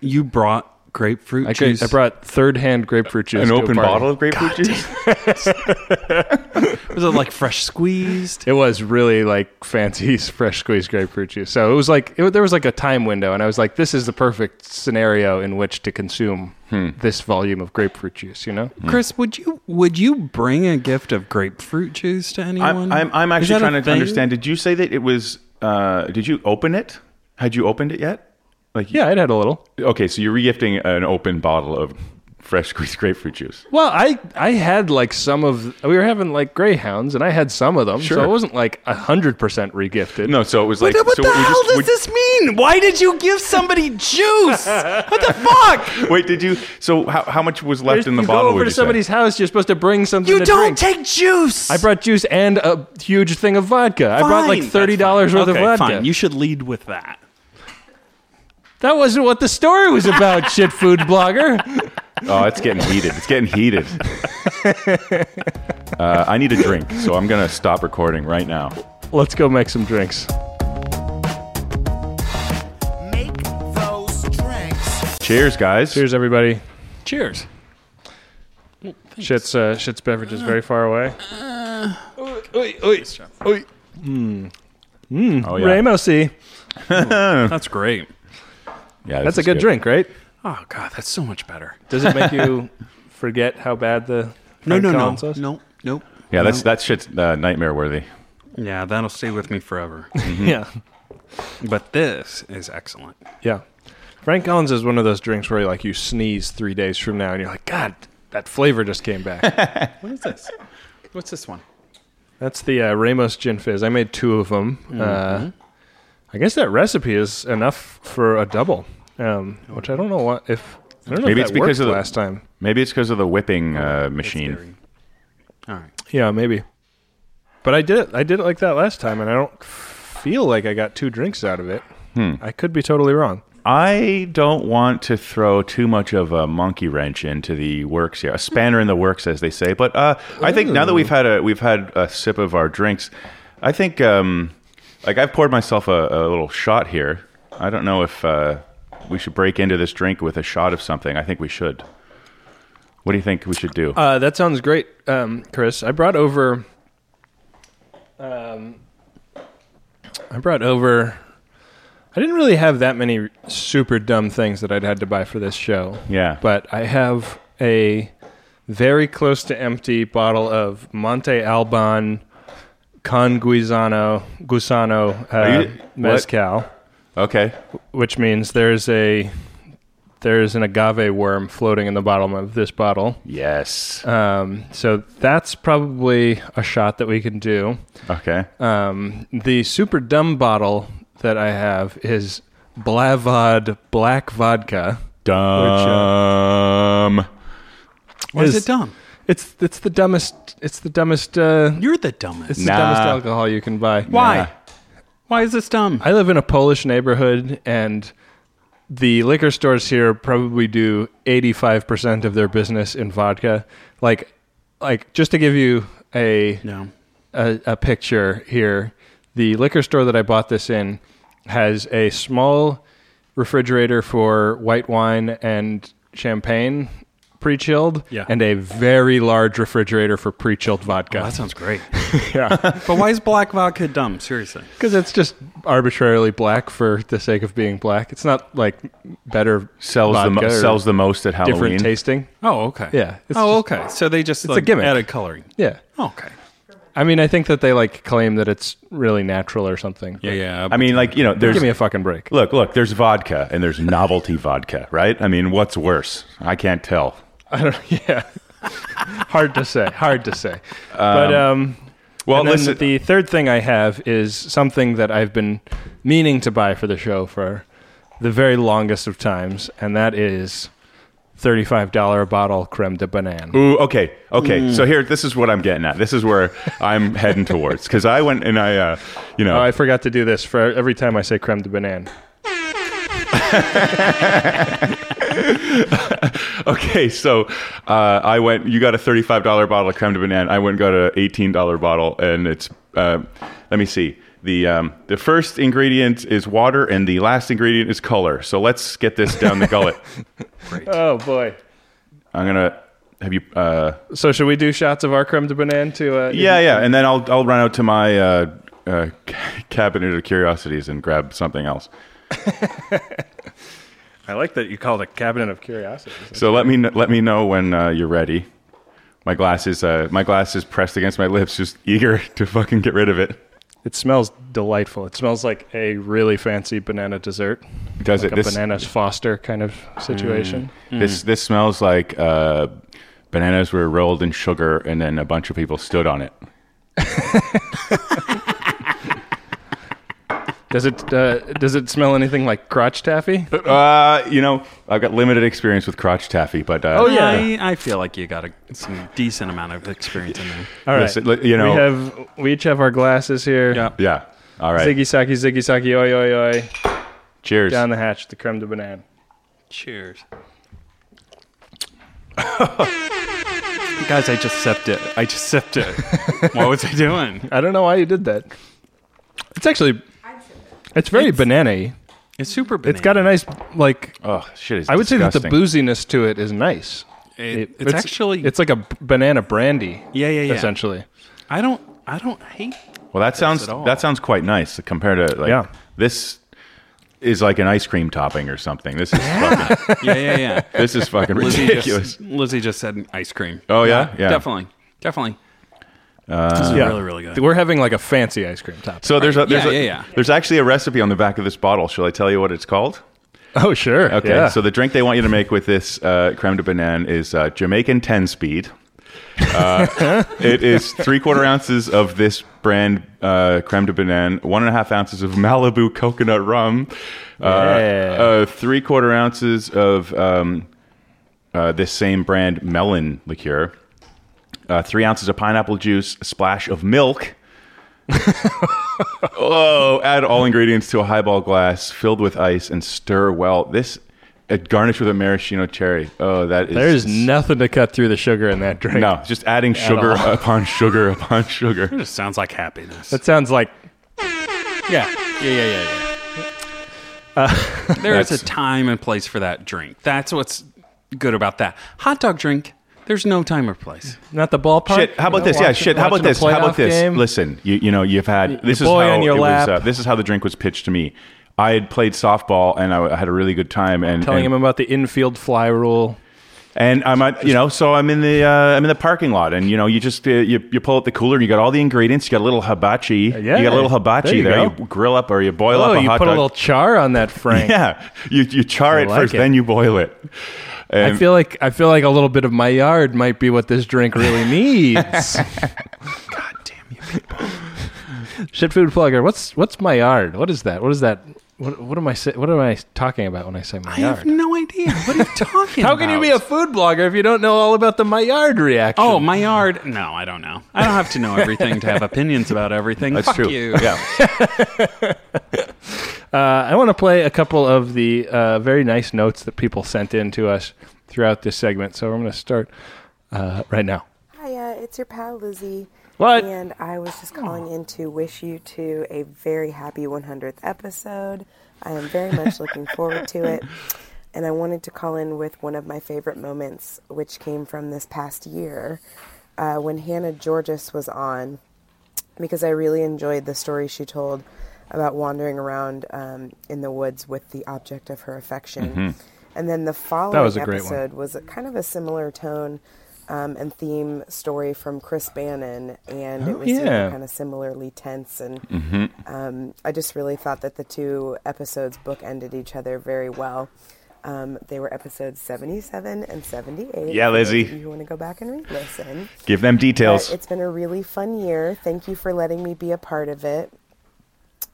you brought grapefruit
I, could-
juice?
I brought third-hand grapefruit juice.
An
to a
open
party.
bottle of grapefruit juice.
Was it like fresh squeezed?
It was really like fancy [laughs] fresh squeezed grapefruit juice. So it was like it, there was like a time window, and I was like, this is the perfect scenario in which to consume
Hmm.
this volume of grapefruit juice. You know,
Chris, would you would you bring a gift of grapefruit juice to anyone?
I'm, I'm, I'm
Is
actually
that a
trying to
thing?
understand. Did you say that it was? Uh, did you open it? Had you opened it yet? Like,
yeah, I'd had a little.
Okay, so you're regifting an open bottle of fresh [laughs] squeezed grapefruit juice.
Well, I I had like some of we were having like greyhounds, and I had some of them, so
Sure.
it wasn't like hundred percent regifted.
No, so it was like.
What
so
the
we
hell
just-
does
we-
this mean? Why did you give somebody juice? what the fuck?
[laughs] Wait, did you? So how, how much was left
There's-
in the
you
bottle?
go over
would
to
you say?
somebody's house, you're supposed to bring something.
You
to drink.
don't take juice.
I brought juice and a huge thing of vodka. I brought like
Fine.
thirty dollars worth
okay,
of vodka.
Fine. You should lead with that.
That wasn't what the story was about, [laughs] shit food blogger.
Oh, it's getting heated. It's getting heated.
[laughs]
uh, I need a drink, so I'm going to stop recording right now.
Let's go make some drinks.
Make those drinks.
Cheers, guys.
Cheers, everybody.
Cheers.
Shit's uh, shit's beverage is very far away.
Oh, yeah.
Ramosy.
That's great.
Yeah, this
That's a
is
good, drink, right?
Oh god, that's so much better.
Does it make you [laughs] forget how bad the
No,
Frank
no, no,
Collins was?
no, no.
Yeah,
Um,
that's that shit's uh, nightmare worthy.
Yeah, that'll stay with me forever.
[laughs]
[laughs]
Yeah,
but this is excellent.
yeah. Frank Collins is one of those drinks where like you sneeze three days from now and you're like, God, that flavor just came back.
What is this? What's this one?
That's the uh, Ramos Gin Fizz. I made two of them.
Mm-hmm.
Uh, I guess that recipe is enough for a double, um, which I don't know what if. I don't know
Maybe
if
it's
that
because
worked
of the-
last time.
Maybe it's because of the whipping uh, machine.
All right.
Yeah, maybe. But I did it. I did it like that last time, and I don't feel like I got two drinks out of it.
Hmm.
I could be totally wrong.
I don't want to throw too much of a monkey wrench into the works here, a spanner in the works, as they say. But uh, I think now that we've had a we've had a sip of our drinks, I think um, like I've poured myself a, a little shot here. I don't know if uh, we should break into this drink with a shot of something. I think we should. What do you think we should do?
Uh, that sounds great, um, Chris. I brought over. Um, I brought over. I didn't really have that many super dumb things that I'd had to buy for this show.
Yeah.
But I have a very close to empty bottle of Monte Alban Con Guisano Gusano uh,
Are you- what?
Mezcal.
Okay.
which means there's a there's an agave worm floating in the bottom of this bottle.
Yes.
Um, so that's probably a shot that we can do.
okay.
Um, the super dumb bottle that I have is Blavod Black Vodka.
Dumb.
Why is,
Is-
it dumb?
It's it's the dumbest. It's the dumbest. Uh,
You're the dumbest.
it's
Nah.
the dumbest alcohol you can buy.
Why?
Nah.
Why is this dumb?
I live in a Polish neighborhood, and the liquor stores here probably do eighty-five percent of their business in vodka. Like, like just to give you a
no.
a, a picture here. The liquor store that I bought this in has a small refrigerator for white wine and champagne pre-chilled
Yeah.
and a very large refrigerator for pre-chilled vodka.
That sounds [laughs] great.
yeah.
but why is black vodka dumb? Seriously.
Cuz it's just arbitrarily black for the sake of being black. It's not like better
Sells the,
vodka
mo-
or
sells the most at
different
Halloween.
tasting.
Oh, okay.
Yeah, it's
Oh,
just-
okay. So they just
It's a
like,
gimmick.
added coloring.
Yeah.
Okay.
I mean, I think that they like claim that it's really natural or something.
Yeah, yeah.
I mean, like you know, there's
Give me a fucking break.
look, look. There's vodka and there's novelty vodka, right? I mean, what's worse? I can't tell.
I don't. Yeah, hard to say. Hard to
[laughs]
say. but um,
Well,
and then
listen.
The third thing I have is something that I've been meaning to buy for the show for the very longest of times, and that is thirty-five dollar a bottle creme de banane.
Ooh, okay, okay. So
Hmm.
here, this is what I'm getting at. This is where I'm heading towards because I went and I, uh, you know,
Oh, I forgot to do this for every time I say creme de banane.
okay. So uh, I went. You got a thirty-five dollar bottle of creme de banane. I went and got a eighteen dollar bottle, and it's. Uh, let me see. The um, the first ingredient is water, and the last ingredient is color. So let's get this down
[laughs]
the gullet.
Oh boy.
I'm gonna have you. Uh,
So should we do shots of our creme de banane to? Uh,
yeah, yeah, and then I'll I'll run out to my uh, uh, [laughs] cabinet of curiosities and grab something else.
I like that you called it cabinet of curiosities.
So let me kn- let me know when uh, you're ready. My glass is uh, my glass is pressed against my lips, just [laughs] eager to fucking get rid of it.
It smells delightful. It smells like a really fancy banana dessert.
Does
like
it?
a Mm.
This,
bananas foster kind of situation.
this this smells like uh, bananas were rolled in sugar, and then a bunch of people stood on it.
Does it uh, does it smell anything like crotch taffy?
Uh, you know, I've got limited experience with crotch taffy, but uh,
Oh, yeah.
I, I feel like you got a, some decent amount of experience in there.
All right,
listen, li- you know,
we have we each have our glasses here.
Yeah.
yeah. All right,
Ziggy saki, ziggy saki, oi oi oi.
cheers.
Down the hatch, the creme de banane.
[laughs]
Cheers. Guys, I just sipped it. I just sipped
[laughs]
it. what was I doing?
I don't know why you did that. It's actually, it's very banana-y.
It's super. Banana.
It's got a nice like.
Oh shit! It's
I would say that the
disgusting.
booziness to it is nice.
It-
It-
it's, actually.
it's like a b- banana brandy.
yeah, yeah, yeah.
Essentially,
I don't. I don't hate.
Well, that sounds
at all.
that sounds quite nice compared to like
Yeah.
this is like an ice cream topping or something. This is fucking,
Yeah, yeah,
[laughs]
yeah.
this is fucking
[laughs] Lizzie
ridiculous.
just, Lizzie just said ice cream.
Oh, yeah? Yeah. Uh,
Definitely, definitely. this is
yeah.
really, really good.
we're having like a fancy ice cream top.
So there's a, there's
Yeah,
a,
yeah, yeah.
there's actually a recipe on the back of this bottle. Shall I tell you what it's called?
Oh sure.
Okay.
Yeah.
So the drink they want you to make with this uh, creme de banane is uh, Jamaican 10 speed. Uh, it is three quarter ounces of this brand uh, creme de banane, one and a half ounces of Malibu coconut rum, uh,
Yeah.
uh, three quarter ounces of um, uh, this same brand melon liqueur, uh, three ounces of pineapple juice, a splash of
[laughs]
milk. Oh, add all ingredients to a highball glass filled with ice and stir well. This uh, garnish with a maraschino cherry. Oh, that is
There's nothing to cut through the sugar in that drink.
no, just adding sugar
all.
upon sugar upon sugar.
It just sounds like happiness.
That sounds like
yeah, yeah, yeah, yeah. yeah. there is a time and place for that drink. That's what's good about that hot dog drink. There's no time or place.
not the ballpark.
Shit, how about this? Yeah, shit, how about this? How about this? Listen, you, you know, you've had this is
boy
how
on your
it
lap.
was, uh, this is how the drink was pitched to me. I had played softball and I had a really good time and
Telling
and-
him about the infield fly rule.
And I'm, at, you know, so I'm in the uh, I'm in the parking lot, and you know, you just uh, you, you pull out the cooler, and you got all the ingredients. You got a little hibachi.
Yeah.
you got a little hibachi
There you
there.
go.
You grill up or you boil
Oh,
up a
you
hot
put a
dog.
little char on that, Frank.
[laughs] yeah, you you char
I
it
like
first,
it.
then you boil it.
I feel like I feel like a little bit of my yard might be what this drink really needs. God damn you people! Shit food plugger. What's what's my yard? What is that? What is that? What, what am I say, What am I talking about when I say my
I
yard?
have no idea. [laughs] What are you talking
How
about?
can you be a food blogger if you don't know all about the my yard reaction?
Oh, my yard. No, I don't know. I don't have to know everything [laughs] to have opinions about everything.
That's
Fuck
true.
you.
Yeah,
[laughs] Uh, I want to play a couple of the uh, very nice notes that people sent in to us throughout this segment. So I'm going to start uh, right now.
Hiya, it's your pal Lizzie.
What?
And I was just calling in to wish you two a very happy 100th episode. I am very much looking forward to it. And I wanted to call in with one of my favorite moments, which came from this past year uh, when Hannah Georges was on, because I really enjoyed the story she told about wandering around um, in the woods with the object of her affection. And then the following
Mm-hmm. a great one.
episode was kind of a similar tone um, and theme story from Chris Bannon, and it was
Oh, yeah. Mm-hmm.
kind of similarly tense. And um, I just really thought that the two episodes bookended each other very well. Um, they were episodes 77 and 78.
Yeah,
for those of
Lizzie.
You want to go back and re-listen.
give them
But
details.
it's been a really fun year. Thank you for letting me be a part of it.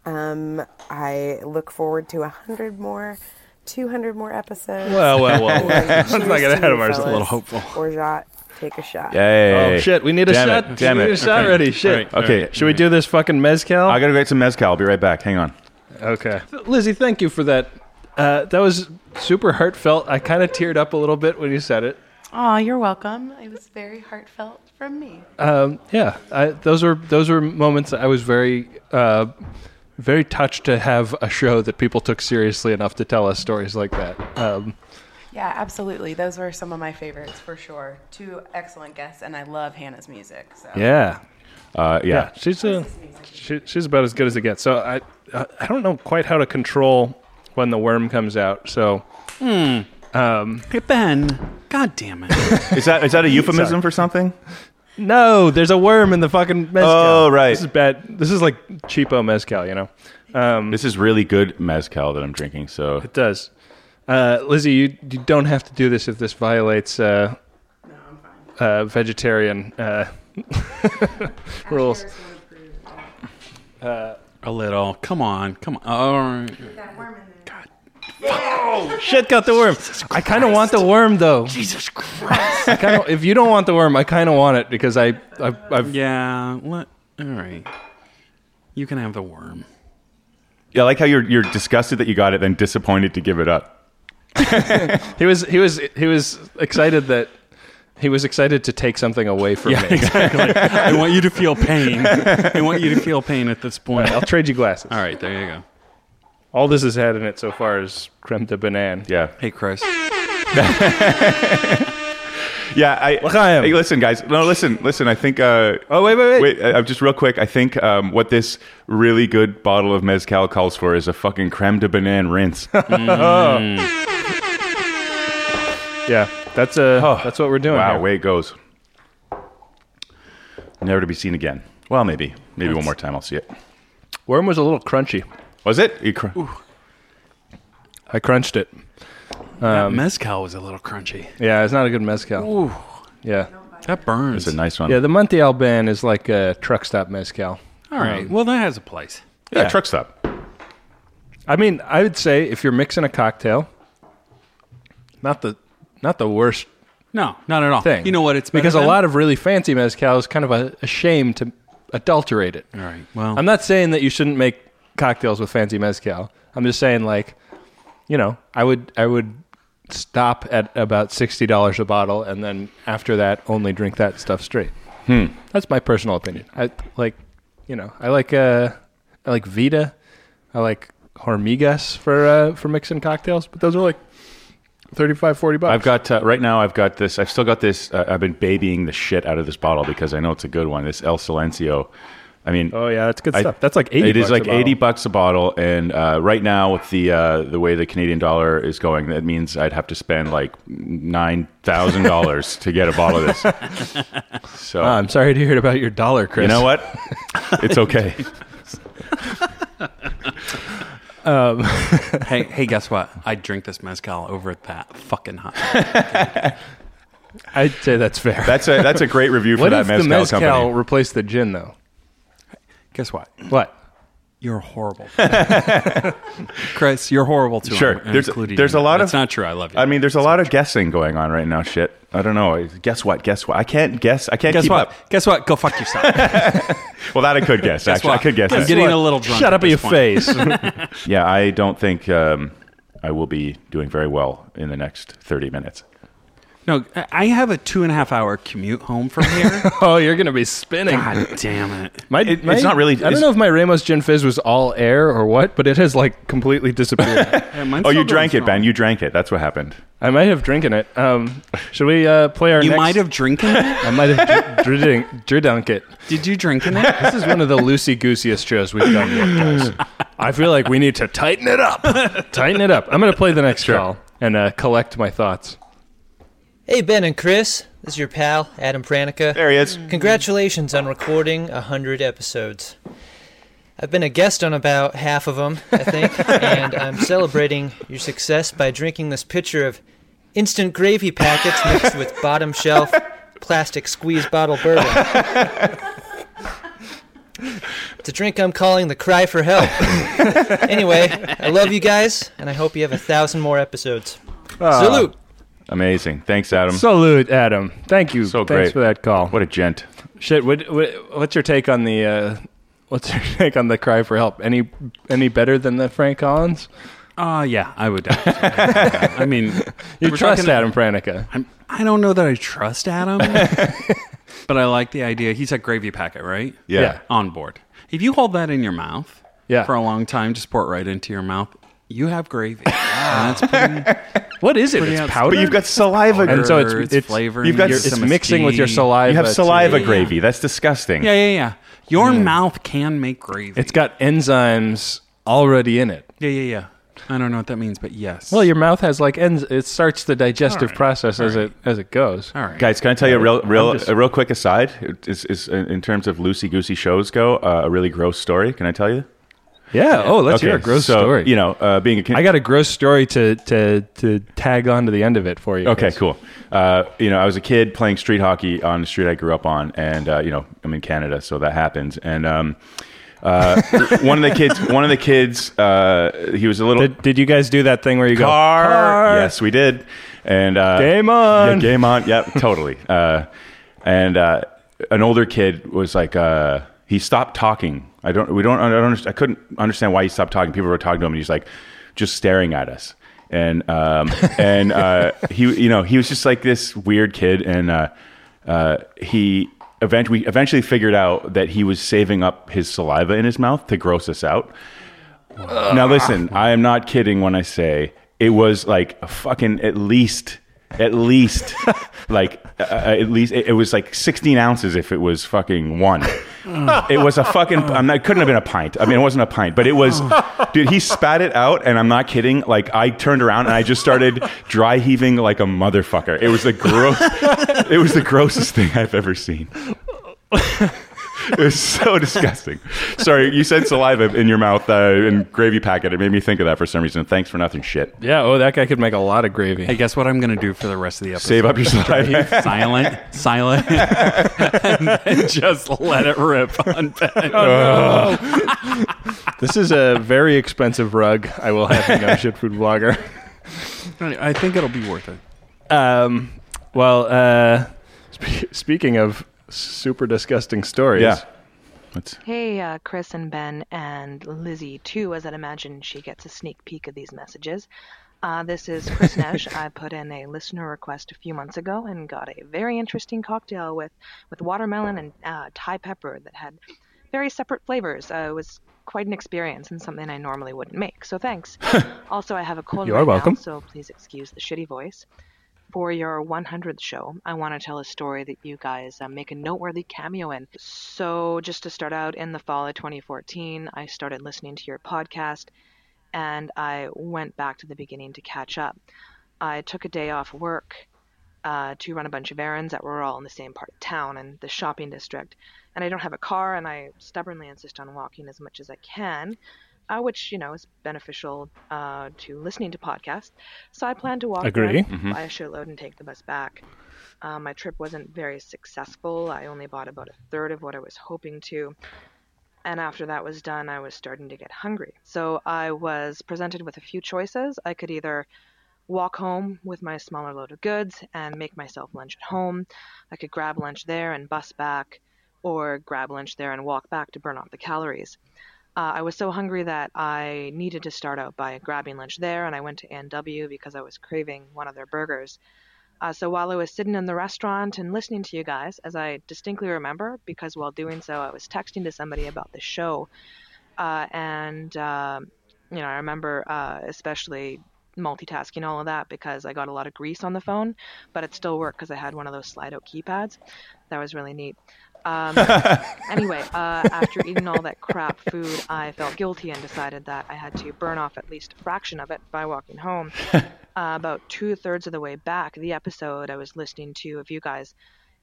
Um, I look forward to 100 more, 200 more episodes.
Well,
[laughs]
well, [laughs] well. well.
Let's
not get ahead of ourselves. A little hopeful.
Orgeat, take a shot.
Yay.
Oh shit! We need a
Damn
shot.
It. Damn
we
it.
need a shot ready. Shit.
Okay.
Should we do this fucking mezcal?
I gotta go get some mezcal. I'll be right back. Hang on.
Okay. Lizzie, thank you for that. Uh, that was super heartfelt. I kind of teared up a little bit when you said it.
Oh, you're welcome. It was very heartfelt from me.
Um, yeah, I, those were those were moments that I was very uh, very touched to have a show that people took seriously enough to tell us stories like that. Um,
Yeah, absolutely. Those were some of my favorites for sure. Two excellent guests, and I love Hannah's music. So.
yeah,
Uh, yeah.
she's a, she, she's about as good as it gets. So I I I don't know quite how to control when the worm comes out. So
Hey, Ben. God damn it.
Is
[laughs]
that is that a euphemism for something?
No, there's a worm in the fucking mezcal.
Oh, right.
This is bad. This is like cheapo mezcal, you know.
This is really good mezcal that I'm drinking. So
It does. Uh, Lizzie, you, you don't have to do this if this violates uh, uh, vegetarian uh, [laughs] rules.
a little. Come on. Come on. Oh. All right.
Shit, got the worm. I kind of want the worm though.
Jesus Christ. [laughs]
I kinda, if you don't want the worm, I kind of want it because I, I I've,
yeah. What? All right. You can have the worm.
yeah, I like how you're you're disgusted that you got it, then disappointed to give it up.
he was he was he was excited that he was excited to take something away from me.
I want you to feel pain. I want you to feel pain at this point.
I'll
All
trade you glasses.
right. There you go.
All this has had in it so far is creme de banane.
Yeah.
Hey, Chris.
Yeah, I
Chaim.
Hey, listen, guys. No, listen, listen. I think. Uh,
Oh, wait, wait, wait.
Wait, I- I'm just real quick. I think um, what this really good bottle of mezcal calls for is a fucking creme de banane [laughs] rinse.
Yeah, that's uh, that's what we're doing.
wow,
here.
way it goes. Never to be seen again. Well, maybe, maybe one more time I'll see it.
Worm was a little crunchy.
Was it? You cr-
I crunched it.
Um,
that mezcal was a little crunchy.
Yeah, it's not a good mezcal. Yeah.
That burns.
It's a nice one.
Yeah, the Monte Alban is like a truck stop mezcal.
All
Um,
right. Well, that has a place.
Yeah, truck stop.
I mean, I would say if you're mixing a cocktail, not the not the worst
No, not at all.
thing.
You know what? It's better
because a
than?
lot of really fancy mezcal is kind of a, a shame to adulterate it.
All right. Well,
I'm not saying that you shouldn't make cocktails with fancy mezcal. I'm just saying like, you know, I would I would stop at about sixty dollars a bottle, and then after that, only drink that stuff straight.
Hmm.
That's my personal opinion. I like, you know, I like uh, I like Vita, I like Hormigas for uh, for mixing cocktails, but those are like 35, 40 bucks.
I've got uh, right now. I've got this. I've still got this. Uh, I've been babying the shit out of this bottle because I know it's a good one. This El Silencio I mean,
Oh yeah, that's good
I-
stuff. That's like eighty.
It is
bucks
like
a bottle.
eighty bucks a bottle, and uh, right now with the uh, the way the Canadian dollar is going, that means I'd have to spend like nine thousand dollars to get a bottle of this. So Oh,
Ah, I'm sorry to hear about your dollar, Chris.
you know what? It's okay.
[laughs] hey, hey, guess what? I drink this mezcal over at that fucking hot. [laughs]
I'd say that's fair.
That's a that's a great review for
what
that
if
mezcal,
the mezcal
company.
replaced the gin, though?
guess what?
What?
You're horrible, [laughs] Chris. You're horrible too.
Sure.
I'm
There's-
including
there's
you.
a lot
That's
of-
not true. I love you.
I mean, there's a lot of guessing going on right now. Shit, I don't know. Guess what? Guess what? I can't guess. I can't
guess
keep
what?
up.
Guess what? Go fuck
[laughs]
yourself. Guess
Well, that I could guess. actually,
what?
I could guess.
I'm
that.
getting a little drunk.
Shut
at
up in your
this point.
face. [laughs]
Yeah, I don't think um, I will be doing very well in the next thirty minutes.
No, I- I have a two and a half hour commute home from
[laughs]
here.
oh, you're gonna be spinning.
God damn it!
My,
It-
my-
it's not really-
I don't
it's-
know if my Ramos Gin Fizz was all air or what, but it has like completely
[laughs]
disappeared.
Yeah, mine's
Oh,
still
you
doing
drank it,
strong.
Ben. You drank it. That's what happened.
I might have drinking it. Um, should we uh, play our?
You
next-
might have drinking it.
I might have dr- [laughs] dr- dr- drunk it.
Did you drinking it?
This is one of the loosey gooseyest shows we've done yet, guys. I feel like we need to tighten it up. tighten it up. I'm going to play the next call and uh, collect my thoughts.
Hey, Ben and Chris. This is your pal, Adam Pranica.
There he is.
Congratulations on recording 100 episodes. I've been a guest on about half of them, I think, and I'm celebrating your success by drinking this pitcher of instant gravy packets mixed with bottom shelf plastic squeeze bottle bourbon. It's a drink I'm calling the cry for help. anyway, I love you guys, and I hope you have a thousand more episodes.
Ah.
Salute!
Amazing. Thanks, Adam.
Salute, Adam. Thank you.
So
Thanks
great.
for that call.
what a gent.
Shit. What, what, what's your take on the? Uh, what's your [laughs] take on the cry for help? Any any better than the Frank Collins?
Uh, yeah, I would. doubt
[laughs]
it. I mean,
You
we're
trust
talking-
Adam Pranica?
I'm, I don't know that I
[laughs]
trust Adam, but I like the idea. He's a gravy packet, right?
Yeah.
Yeah.
On board. If you hold that in your mouth
Yeah.
for a long time, just pour it right into your mouth. You have
[laughs]
gravy. And that's pretty,
What is it? It's
outs-
powder.
But you've got saliva.
and so it's
Powder,
it's,
it's flavoring,
You've got
your-
it's
some
mixing with your
esteem.
saliva.
you have
too.
saliva gravy. That's disgusting.
yeah, yeah, yeah. Your mouth can make gravy.
It's got enzymes already in it.
yeah, yeah, yeah. I don't know what that means, but yes.
Well, your mouth has like ends. It starts the digestive process as it as it goes.
all right.
Guys, can I tell you a real, real,
I'm just-
a real quick aside? Is, is in terms of loosey goosey shows go, uh, a really gross story. Can I tell you?
Yeah. Oh, let's hear a gross
so,
story.
You know, uh, being a Can-
I got a gross story to to to tag on to the end of it for you.
Okay,
Chris.
cool. Uh, you know, I was a kid playing street hockey on the street I grew up on, and uh, you know, I'm in Canada, so that happens. And um, uh, [laughs] one of the kids, one of the kids, uh, he was a little
Did, did you guys do that thing where you go
car.
"Car"?
Yes, we did. And uh,
Game on.
Yeah, game on.
[laughs]
Yep, totally. Uh, and uh, an older kid was like, uh, he stopped talking. I don't. We don't. I don't. Understand, I couldn't understand why he stopped talking. People were talking to him, and he's like, just staring at us. And
[laughs]
um, and uh, he, you know, he was just like this weird kid, and uh, uh, he. Event, we eventually figured out that he was saving up his saliva in his mouth to gross us out. Now listen, I am not kidding when I say it was like a fucking at least, at least, like uh, uh, at least it, it was like 16 ounces if it was fucking one. it was a fucking. I'm not. It couldn't have been a pint. I mean, it wasn't a pint, but it was. dude, he spat it out, and I'm not kidding. Like I turned around and I just started dry heaving like a motherfucker. It was the gross. [laughs] it was the grossest thing I've ever seen. It was so [laughs] disgusting. Sorry, you said saliva in your mouth uh, in gravy packet. It made me think of that for some reason. Thanks for nothing, shit.
Yeah. Oh, that guy could make a lot of gravy.
Hey, guess what I'm going to do for the rest of the episode?
Save up your
Be
saliva.
silent, silent, [laughs] and then just let it rip
[laughs]
on Ben.
Oh, This is a very expensive rug. I will have you know, shit food blogger.
I think it'll be worth it.
[laughs] Um, well, uh, spe- speaking of super disgusting stories.
yeah. That's,
Hey, uh, Chris and Ben and Lizzie, too, as I'd imagine she gets a sneak peek of these messages. Uh, this is Chris Nash. I put in a listener request a few months ago and got a very interesting cocktail with, with watermelon and uh, Thai pepper that had very separate flavors. Uh, it was quite an experience and something I normally wouldn't make, so thanks. also, I have a cold
You are
right now,
welcome.
so please excuse the shitty voice. for your 100th show, I want to tell a story that you guys uh, make a noteworthy cameo in. So, just to start out, in the fall of 2014, I started listening to your podcast and I went back to the beginning to catch up. I took a day off work uh, to run a bunch of errands that were all in the same part of town and the shopping district. And I don't have a car, and I stubbornly insist on walking as much as I can, uh, which you know is beneficial uh, to listening to podcasts. So I plan to walk
Agree.
back,
Mhm.
buy a shitload, and take the bus back. Uh, my trip wasn't very successful. I only bought about a third of what I was hoping to. And after that was done, I was starting to get hungry. So I was presented with a few choices. I could either walk home with my smaller load of goods and make myself lunch at home. I could grab lunch there and bus back, or grab lunch there and walk back to burn off the calories. Uh, I was so hungry that I needed to start out by grabbing lunch there, and I went to NW because I was craving one of their burgers. Uh, so while I was sitting in the restaurant and listening to you guys, as I distinctly remember, because while doing so, I was texting to somebody about the show, uh, and um you know, I remember uh, especially multitasking all of that because I got a lot of grease on the phone, but it still worked because I had one of those slide out keypads. That was really neat. Um, anyway, uh, after eating all that crap food, I felt guilty and decided that I had to burn off at least a fraction of it by walking home. uh, about two thirds of the way back, the episode I was listening to of you guys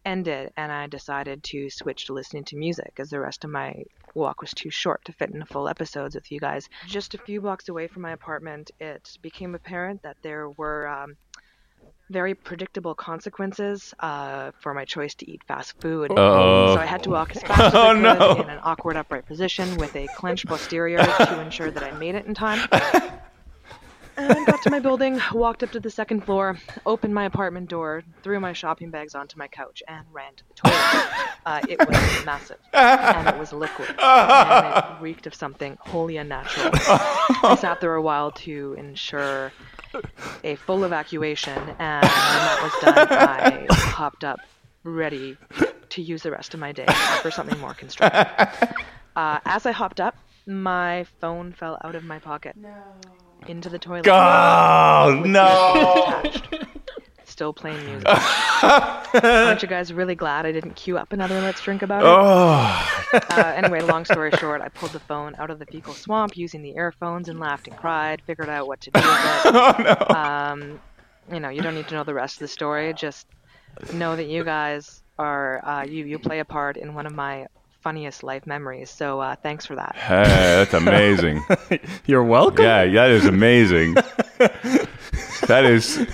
ended, and I decided to switch to listening to music as the rest of my walk was too short to fit into full episodes with you guys. Just a few blocks away from my apartment, it became apparent that there were. Um, very predictable consequences uh, for my choice to eat fast food.
Uh-oh.
So I had to walk
[laughs]
as fast as I
Oh,
could
no.
in an awkward upright position with a clenched posterior to ensure that I made it in time. And got to my building, walked up to the second floor, opened my apartment door, threw my shopping bags onto my couch, and ran to the toilet. uh, it was massive, and it was liquid, and it reeked of something wholly unnatural. I sat there a while to ensure a full evacuation, and when that was done, I hopped up, ready to use the rest of my day for something more constructive. Uh, as I hopped up, my phone fell out of my pocket into the toilet.
Oh,
Go!
With
No!
it attached. [laughs] Still playing music. Aren't you guys really glad I didn't queue up another Let's Drink About It?
Oh.
Uh, anyway, long story short, I pulled the phone out of the fecal swamp using the earphones and laughed and cried, figured out what to do with it. um, you know, you don't need to know the rest of the story. Just know that you guys are, uh, you, you play a part in one of my funniest life memories. So uh, thanks for
[sighs]
that.
Hey, that's amazing.
You're welcome.
Yeah, that is amazing. that is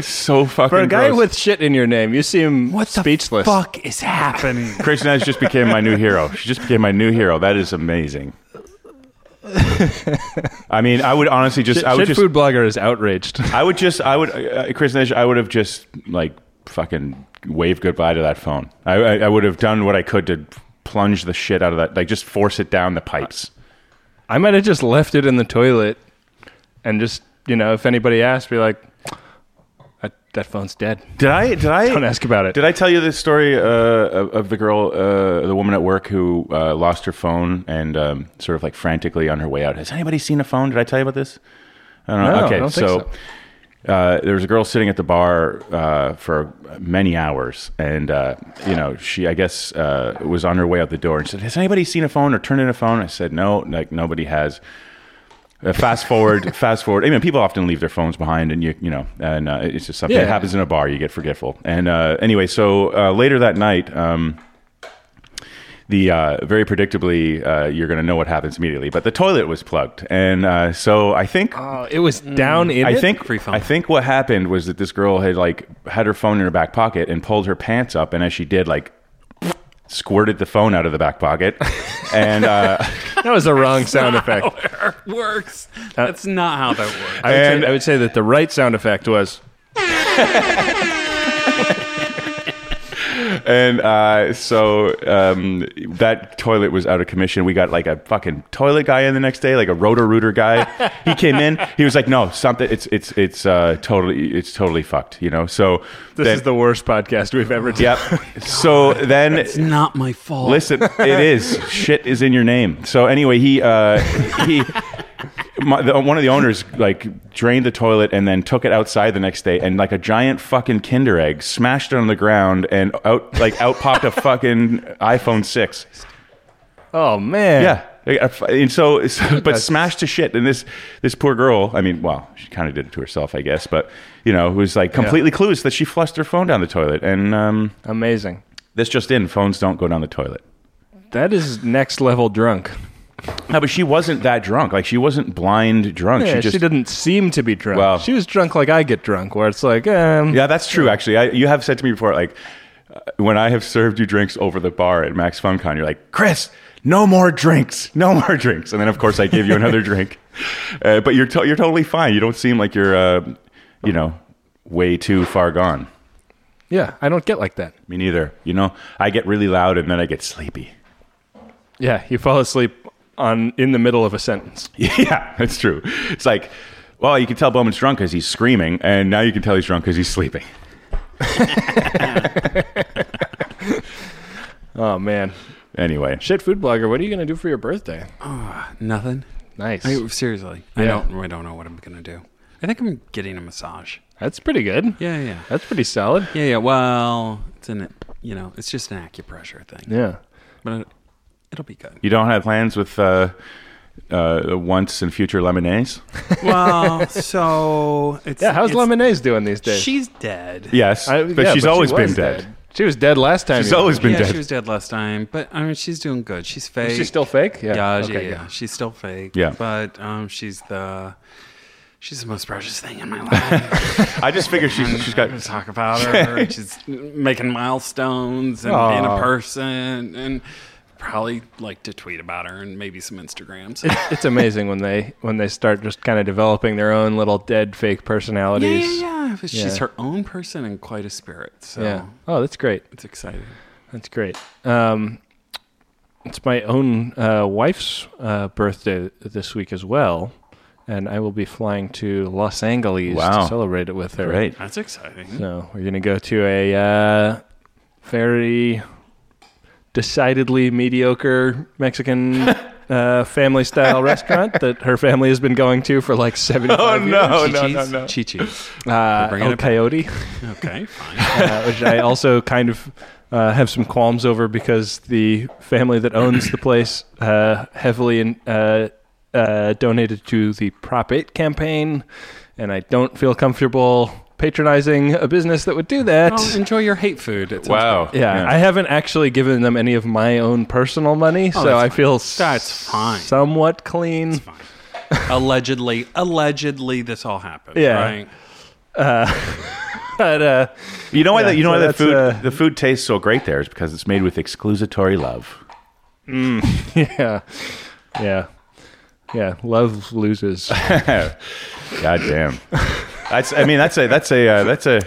so fucking.
For a guy
gross.
with shit in your name, you seem what speechless.
fuck is [laughs] happening?
Krishna just became my new hero. She just became my new hero. That is amazing. I mean, I would honestly just.
Shit,
I would
shit
just.
food blogger is [laughs] outraged.
I would just. I would. Uh, Krishna, I would have just like fucking waved goodbye to that phone. I, I, I would have done what I could to plunge the shit out of that. Like just force it down the pipes.
I might have just left it in the toilet and just, you know, if anybody asked, be like, that, that phone's dead.
Did I? Did I?
Don't ask about it.
Did I tell you this story uh, of, of the girl, uh, the woman at work who uh, lost her phone and um, sort of like frantically on her way out? Has anybody seen a phone? Did I tell you about this? I don't know.
No,
okay,
I don't think
so. Uh, there was a girl sitting at the bar uh, for many hours, and uh, you know she, I guess, uh, was on her way out the door and said, "Has anybody seen a phone or turned in a phone?" I said, "No, like nobody has." Uh, fast forward, [laughs] fast forward. I mean, people often leave their phones behind, and you, you know, and uh, it's just something
Yeah.
that happens in a bar. You get forgetful. And uh, anyway, so uh, later that night, um, the uh, very predictably, uh, you're going to know what happens immediately. But the toilet was plugged, and uh, so I think
Oh, it was Mm. down in
I
Uh, it?
think
Free phone.
I think what happened was that this girl had like had her phone in her back pocket and pulled her pants up, and as she did, like squirted the phone out of the back pocket, and uh,
that was the wrong [laughs] sound effect.
works. That's not how that works.
Uh, I would,
And-
say, I would say that the right sound effect was
[laughs] and uh, so um, that toilet was out of commission. We got like a fucking toilet guy in the next day, like a rotor rooter guy. he came in. He was like, "No, something. It's it's it's uh, totally it's totally fucked." You know. So
this
then,
is the worst podcast we've ever [laughs] done. Oh
yep. so then
It's not my fault.
Listen, it is. Shit is in your name. So anyway, he uh, he my, the, one of the owners like drained the toilet and then took it outside the next day and like a giant fucking Kinder egg smashed it on the ground and out like out popped a fucking iPhone six.
Oh man.
Yeah. Like, I- And so, so- but
That's-
smashed to shit. And this this poor girl, I mean, well, she kind of did it to herself, I guess, but you know, was like completely clueless that she flushed her phone down the toilet. And um,
amazing.
This just in: phones don't go down the toilet.
That is next level drunk.
No, but she wasn't that drunk. Like she wasn't blind drunk.
Yeah,
she just
she didn't seem to be drunk.
Well-
she was drunk like I get drunk, where it's like, um,
Yeah, that's true. Actually, I, you have said to me before, like uh, when I have served you drinks over the bar at Max FunCon, you're like, Chris, no more drinks, no more drinks, and then of course I give you another [laughs] drink. Uh, but you're to- you're totally fine. You don't seem like you're, uh, you know, way too far gone.
yeah, I don't get like that.
Me neither. You know, I get really loud and then I get sleepy. [laughs]
Yeah, you fall asleep on in the middle of a sentence.
Yeah, that's true. It's like, well, you can tell Bowman's drunk because he's screaming, and now you can tell he's drunk because he's sleeping.
Oh man,
Anyway,
shit, food blogger, what are you gonna do for your birthday?
Ah, Nothing.
Nice.
I, seriously, I
Yeah.
don't. I don't know what I'm gonna do. I think I'm getting a massage.
That's pretty good.
Yeah, yeah,
That's pretty solid.
yeah, yeah. Well, it's an, you know, it's just an acupressure thing,
Yeah.
but it, it'll be good.
You don't have plans with uh, uh, once and future lemonades?
Well, so it's
Yeah, how's
it's-
Lemonades doing these days?
She's dead.
Yes,
I-
but
yeah,
she's
she
always
was
been dead.
She was dead last time.
She's
you
always been
yeah,
dead.
she was dead last time, but I mean, she's doing good. She's fake.
Is she still fake?
Yeah, yeah,
Okay,
yeah,
good.
She's still fake.
Yeah.
but um, she's the she's the most precious thing in my life.
I just figured she's, she's
[laughs]
[laughs]
got.
to talk about her. and she's making milestones and being a
Aw.
person, and probably like to tweet about her and maybe some Instagrams.
It- it's amazing when they when they start just kind of developing their own little dead fake
yeah,
personalities.
yeah, yeah. She's
Yeah.
her own person and quite a spirit. So
Yeah. Oh, that's great.
it's exciting.
That's great. Um, it's my own uh, wife's uh, birthday this week as well, and I will be flying to Los Angeles
Wow.
to celebrate it with her.
Right.
That's exciting.
So we're gonna go to a uh, very decidedly mediocre Mexican
[laughs]
uh, family style restaurant that her family has been going to for like seventy five years.
Oh, no, no, no,
Chi-Chi's?
no.
Chi-Chi's.
Uh,
bringing
El
it back.
Coyote, [laughs]
Okay, fine.
uh, which I also kind of uh, have some qualms over because the family that owns the place uh, heavily in, uh, uh, donated to the Prop 8 campaign, and I don't feel comfortable patronizing a business that would do that.
Well, enjoy your hate food. It sounds
Wow.
Yeah, I haven't actually given them any of my own personal money, so
Oh, that's
I
fine.
feel
That's fine.
somewhat clean.
allegedly, allegedly, this all happened.
Yeah.
Right?
Uh, [laughs] But uh, [laughs]
You know why?
Yeah,
the, you know
so
why the
that's,
food
uh,
the food tastes so great there is because it's made with exclusatory love.
yeah, yeah, yeah. Love loses.
God
[laughs]
damn. That's. I mean, that's a. That's a. Uh, that's a.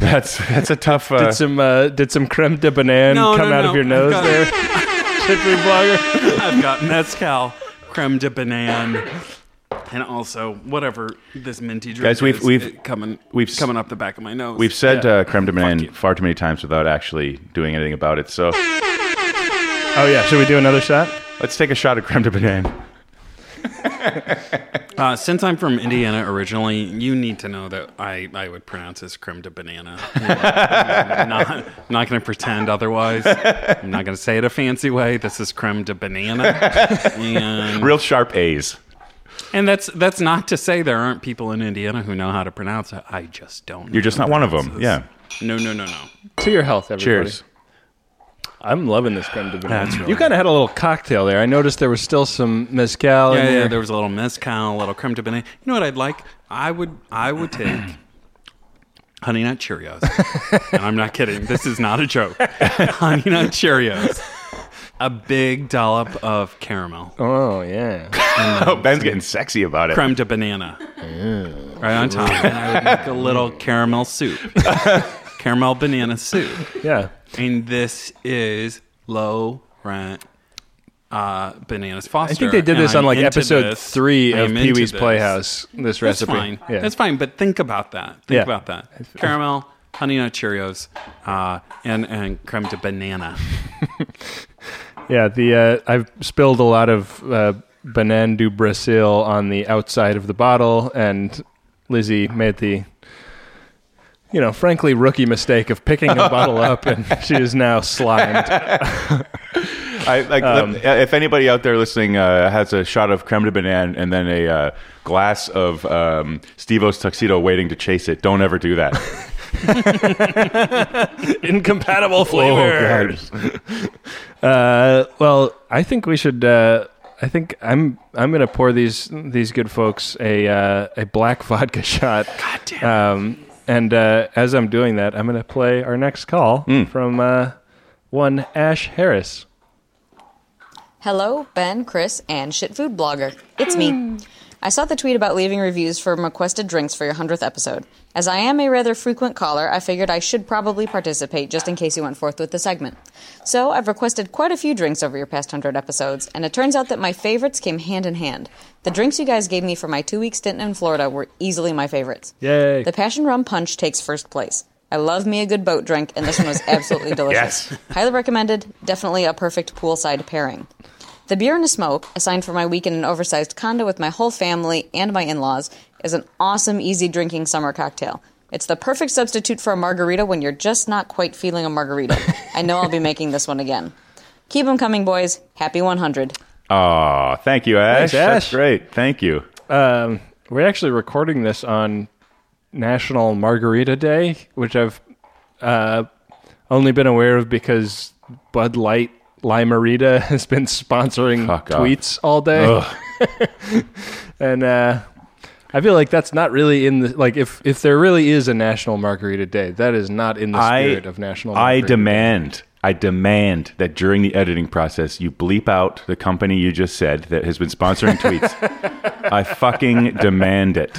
That's that's a tough. Uh,
did some uh, did some creme de banane
No,
come
no,
out
no.
of your nose
Got
there?
it.
Shit food blogger.
[laughs] I've got mezcal, creme de banane, and also whatever this minty drink
Guys, we've-
is,
we've-
it coming
we've s-
coming up the back of my nose.
we've said
Yeah.
uh, creme de
you.
banane far too many times without actually doing anything about it. So
Oh yeah, should we do another shot?
let's take a shot of creme de banane.
uh, since I'm from Indiana originally, you need to know that I, I would pronounce this creme de banana. [laughs] I'm not, I'm not going to pretend otherwise. I'm not going to say it a fancy way. This is creme de
[laughs]
banana, and
Real sharp A's.
and that's that's not to say there aren't people in Indiana who know how to pronounce it. I just don't.
You're just not one of them. Yeah.
No, no, no, no.
To your health, everybody.
Cheers.
I'm loving this creme de banane.
That's really
you kind of had a little cocktail there. I noticed there was still some mezcal in
Yeah,
there.
yeah. There was a little mezcal, a little creme de banane. You know what I'd like? I would, I would take [clears throat] Honey Nut Cheerios. [laughs] and I'm not kidding. This is not a joke. [laughs] Honey Nut Cheerios. A big dollop of caramel,
oh
[laughs]
yeah.
[laughs] Oh, Ben's getting sexy about it.
creme de banana, right on top, and I would make a little caramel
[laughs]
soup, caramel banana soup.
Yeah.
And this is low rent uh, bananas
I
Foster.
think they did
and
this on
I'm
like
into
episode
this.
three
I
of
am into
Pee Wee's
this.
Playhouse. This
That's
recipe.
fine. That's fine. But think about that. Think
Yeah.
about that. Caramel, honey nut Cheerios, uh, and and creme de banana.
Yeah, the uh, I've spilled a lot of uh, Banan do Brasil on the outside of the bottle, and Lizzie made the, you know, frankly rookie mistake of picking a bottle up, and she is now slimed.
I, like, uh,
Um,
if anybody out there listening uh, has a shot of creme de banane and then a uh, glass of um, Steve-O's tuxedo waiting to chase it, don't ever do that.
Incompatible
Oh, God.
[laughs] flavors. uh, well, I think we should. Uh, I think I'm. I'm going to pour these these good folks a uh, a black [laughs] vodka shot. God damn. Um, and uh, as I'm doing that, I'm going to play our next call
Hmm.
from uh, one Ash Harris.
Hello, Ben, Chris, and shit food blogger. It's
Hmm.
me. I saw the tweet about leaving reviews for requested drinks for your 100th episode. As I am a rather frequent caller, I figured I should probably participate just in case you went forth with the segment. So I've requested quite a few drinks over your past 100 episodes, and it turns out that my favorites came hand in hand. The drinks you guys gave me for my two week stint in Florida were easily my favorites.
Yay.
The Passion Rum Punch takes first place. I love me a good boat drink, and this one was
[laughs]
absolutely delicious.
Yes.
Highly recommended, definitely a perfect poolside pairing. The beer and a smoke, assigned for my week in an oversized condo with my whole family and my in laws, is an awesome, easy drinking summer cocktail. It's the perfect substitute for a margarita when you're just not quite feeling a margarita. I know I'll be making this one again. Keep 'em coming, boys. Happy 100.
Aw, thank you, Ash.
Thanks,
That's
Ash.
great. Thank you.
Um, we're actually recording this on National Margarita Day, which I've uh, only been aware of because Bud Light Limerita [laughs] has been sponsoring
Fuck off.
tweets all day,
Ugh.
and uh, I feel like that's not really in the like if if there really is a National Margarita Day, that is not in the spirit of National.
I
Margarita Day.
demand, I demand that during the editing process, you bleep out the company you just said that has been sponsoring
[laughs]
tweets. I fucking demand it.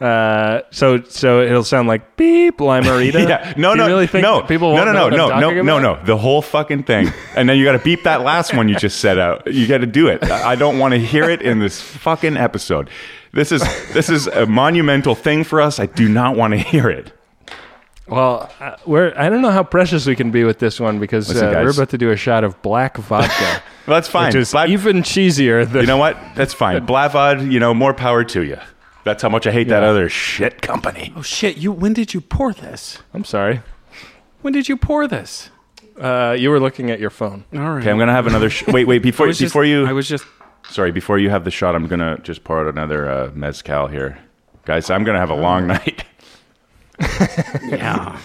Uh, so so it'll sound like beep
[laughs]
Limerita.
Yeah, no,
Do
no,
you really think
no,
that people
no,
won't
no, no,
know what
no,
I'm
no,
talking
no,
about?
no, the whole fucking thing, and then you got to beep that last one you just said out. You got to do it. I I don't want to hear it in this fucking episode. This is this is a monumental thing for us. I do not want to hear it.
Well, uh, we're I don't know how precious we can be with this one because
Listen,
uh, we're
guys.
about to do a shot of black vodka,
Well, that's [laughs] fine.
which is
Black-
even cheesier. Than,
You know what? That's fine. Blavod, you know, more power to you. That's how much I hate that other shit company.
Oh shit! You when did you pour this?
I'm sorry.
When did you pour this?
Uh, you were looking at your phone.
All right.
Okay, I'm gonna have another. Sh- wait, wait. Before
I was just-
before you,
I was just
sorry. Before you have the shot, I'm gonna just pour out another uh, mezcal here, guys. I'm gonna have a long night.
yeah.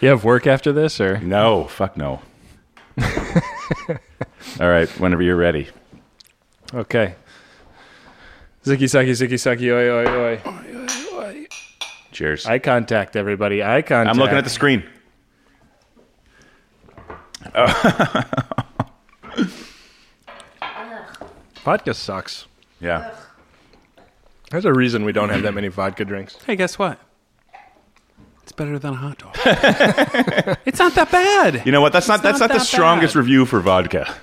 You have work after this, or
No, fuck [laughs] no. All right, whenever you're ready.
okay? Ziki saki ziki saki oi oi oi.
Cheers. I,
Eye contact, everybody. Eye contact.
am looking at the [laughs] screen.
vodka sucks.
Yeah.
There's a reason we don't have that many vodka drinks.
Hey, guess what? It's better than a hot dog. [laughs] it's not that bad.
You know what? That's not that's
not
not, the
that
strongest
bad.
review for [laughs] vodka.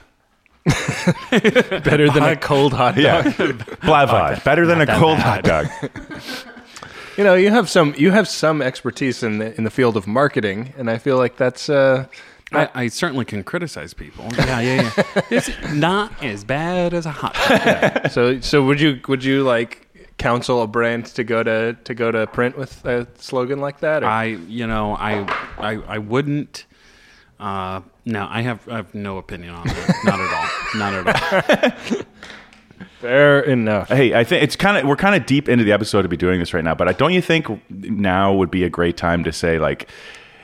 Better than a cold hot dog.
Yeah. Blavod. Better than a cold hot dog.
You know, you have some you have some expertise in the in the field of marketing, and I feel like that's uh,
I, I certainly can criticize people. Yeah, yeah,
[laughs]
yeah. it's not as bad as a hot dog.
So, so would you would you like counsel a brand to go to to go to print with a slogan like that? Or?
I, you know, I, I, I wouldn't. Uh, no, I have, I have no opinion on
[laughs]
that. Not at all. Not at all.
Fair enough.
Hey, I think it's kind of we're kind of deep into the episode to be doing this right now, but I don't you think now would be a great time to say like,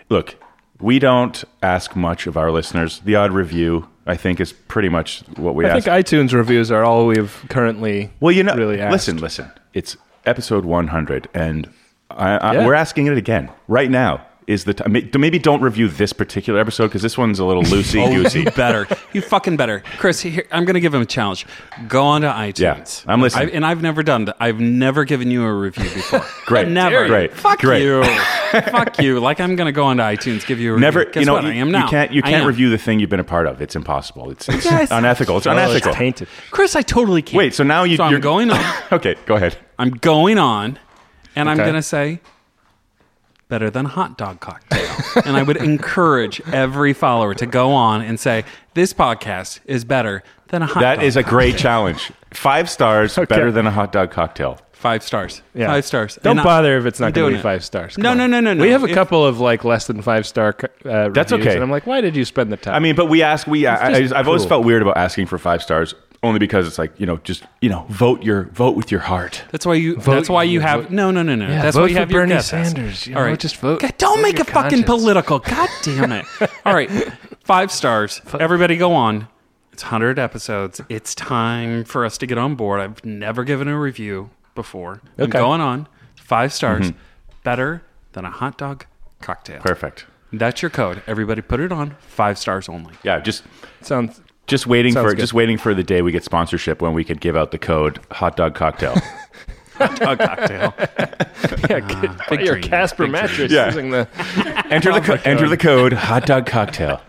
look, we don't ask much of our listeners. The odd review, I think, is pretty much what we
I
ask.
think iTunes reviews are all we've currently.
Well, you know,
really. Asked.
listen, listen. It's episode 100, and I, I,
Yeah.
we're asking it again right now. Is the time? Maybe don't review this particular episode because this one's
[laughs]
a little loosey goosey.
better. Oh, You fucking better, Chris. Here, I'm going to give him a challenge. Go on to iTunes.
Yeah, I'm listening.
I, and I've never done. that. I've never given you a review before.
[laughs] Great.
Never.
Great.
Fuck
Great.
you. Fuck you. Like I'm going to go on to iTunes, give you a review.
Never,
Guess
you know,
what?
you,
I am
you
now.
can't, you
I
can't
am.
review the thing you've been a part of. It's impossible. It's, it's
Yes.
unethical. It's
Oh, it's
unethical.
tainted.
Chris, I totally can't.
Wait, so now you,
So
you're
I'm going
[laughs]
on.
okay, go ahead.
I'm going on, and I'm
Okay.
going to say better than hot dog cocktail. and I would encourage every follower to go on and say this podcast is better than a hot
That
dog.
is a great challenge. Five stars, better than a hot dog cocktail.
Five stars.
Yeah.
Five stars.
Don't
And I-
bother if it's not going
doing
to be
it.
five stars.
No,
Come
no,
on.
no, no, no.
We have a
If-
couple of like less than five star. Uh,
That's
reviews,
okay.
And I'm like, why did you spend the time?
I mean, but we ask. We I, I, I've
just
always
cool.
felt weird about asking for five stars, only because it's like you know, just you know, vote your vote with your heart.
That's why you.
Vote-
that's why you have. No, no, no, no.
Yeah,
that's
vote
why you
for
have your
Bernie
guess.
Sanders, you know, just vote-
God, don't
vote
make
your
it fucking
conscience.
political. God
[laughs]
damn it! All right, five stars. Everybody, go on. It's hundred episodes. It's time for us to get on board. I've never given a review before. I'm
Okay.
going on. Five stars.
Mhm.
Better than a hot dog cocktail.
Perfect.
That's your code. Everybody, put it on. Five stars only.
Yeah, just
sounds.
Just waiting
Sounds
for
good.
just waiting for the day we get sponsorship when we could give out the code hot dog cocktail.
Hot dog cocktail.
yeah,
Ah,
get,
big
your
dreams,
Casper
big
mattress
dreams.
Yeah.
using
[laughs]
the
enter the co- enter the code hot dog cocktail.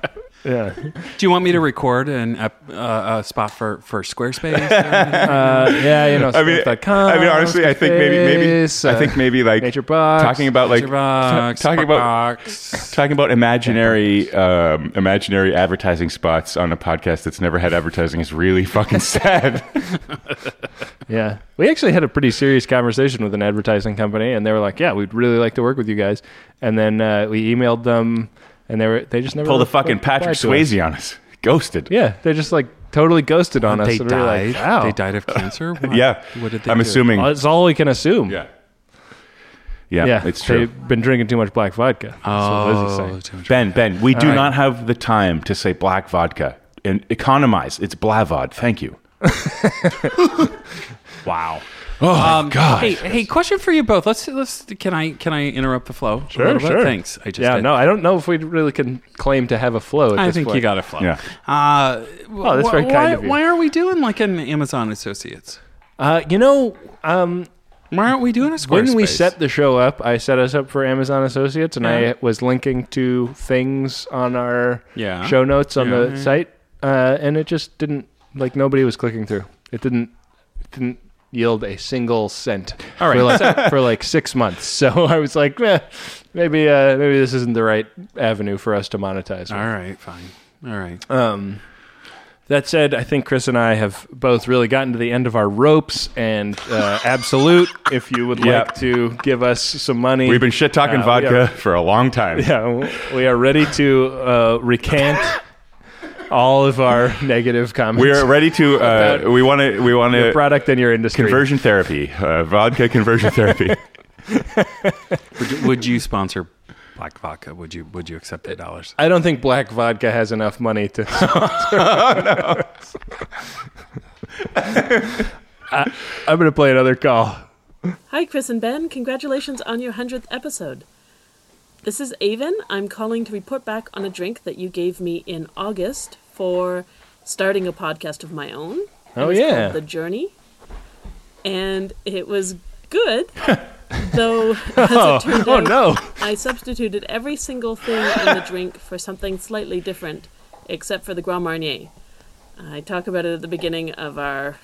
yeah.
Do you want me to record an ep- uh, a spot for
[laughs]
for Squarespace?
Uh, yeah, you know,
I mean,
stamps.com,
I mean, honestly, I think maybe, maybe,
Squarespace,
I think
uh,
maybe like
Nature Box,
talking about like
Nature Box,
ta- talking about
Box.
talking about imaginary, um, imaginary advertising spots on a podcast that's never had advertising is really fucking sad.
Yeah. We actually had a pretty serious conversation with an advertising company, and they were like, "Yeah, we'd really like to work with you guys." And then uh, we emailed them, and they were they just never
[laughs] Pull the
re-
fucking
replied
Patrick
to us.
Swayze on us, ghosted.
Yeah, they just like totally ghosted on us.
they
and we were
died.
like, wow.
They died
[laughs]
of cancer. What?
Yeah,
What did they
I'm
do?
assuming.
Well, that's all we can assume.
Yeah. yeah,
yeah,
it's true.
They've been drinking too much black vodka.
Oh,
That's what Lizzie's saying.
Ben, Ben, we
All
do
right.
not have the time to say black vodka and economize. It's blavod. Thank
[laughs]
you.
wow.
Oh
Um,
God.
Hey, hey, question for you both. Let's let's. Can I can I interrupt the flow? a
Sure,
little bit?
sure.
Thanks. I just
yeah,
did.
no, I don't know if we really can claim to have a flow. At
I
this
think
point.
you got a flow.
Yeah.
Uh, w-
Oh, that's very
wh-
kind
why,
of you.
Why are we doing like an Amazon Associates?
Uh, you know, um,
Why aren't we doing a Squarespace?
when we set the show up, I set us up for Amazon Associates, and
Yeah.
I was linking to things on our
Yeah.
show notes on the
Yeah.
site, uh, and it just didn't like nobody was clicking through. It didn't it didn't yield a single cent.
All right,
for
[laughs]
like, for like six months. So [laughs] I was like, eh, maybe uh, maybe this isn't the right avenue for us to monetize.
All
with.
right, fine. All right.
Um, that said, I think Chris and I have both really gotten to the end of our ropes and
[laughs]
uh, absolute. If you would
Yeah.
like to give us some money,
We've been shit talking
Uh, we
vodka
are-
for a long
[laughs]
time.
yeah, w- we are ready to uh, recant all of our [laughs] negative comments.
We are
[laughs]
ready to. Uh,
About
we want to. We want
your
to.
product and your industry.
Conversion therapy, uh,
[laughs]
vodka conversion therapy.
Would you, would you sponsor Black Vodka? Would you Would you accept eight
[laughs]
dollars?
I don't think black vodka has enough money
[laughs]
to. [laughs]
Oh,
I, I'm going to play another call.
Hi, Chris and Ben. Congratulations on your 100th episode. This is Avon. I'm calling to report back on a drink that you gave me in August for starting a podcast of my own. It
Oh,
was
yeah.
called The Journey. And it was
[laughs]
good, though, as it turned
Oh,
out,
no.
I substituted every single thing in the drink for something slightly different, except for the Grand Marnier. I talk about it at the beginning of our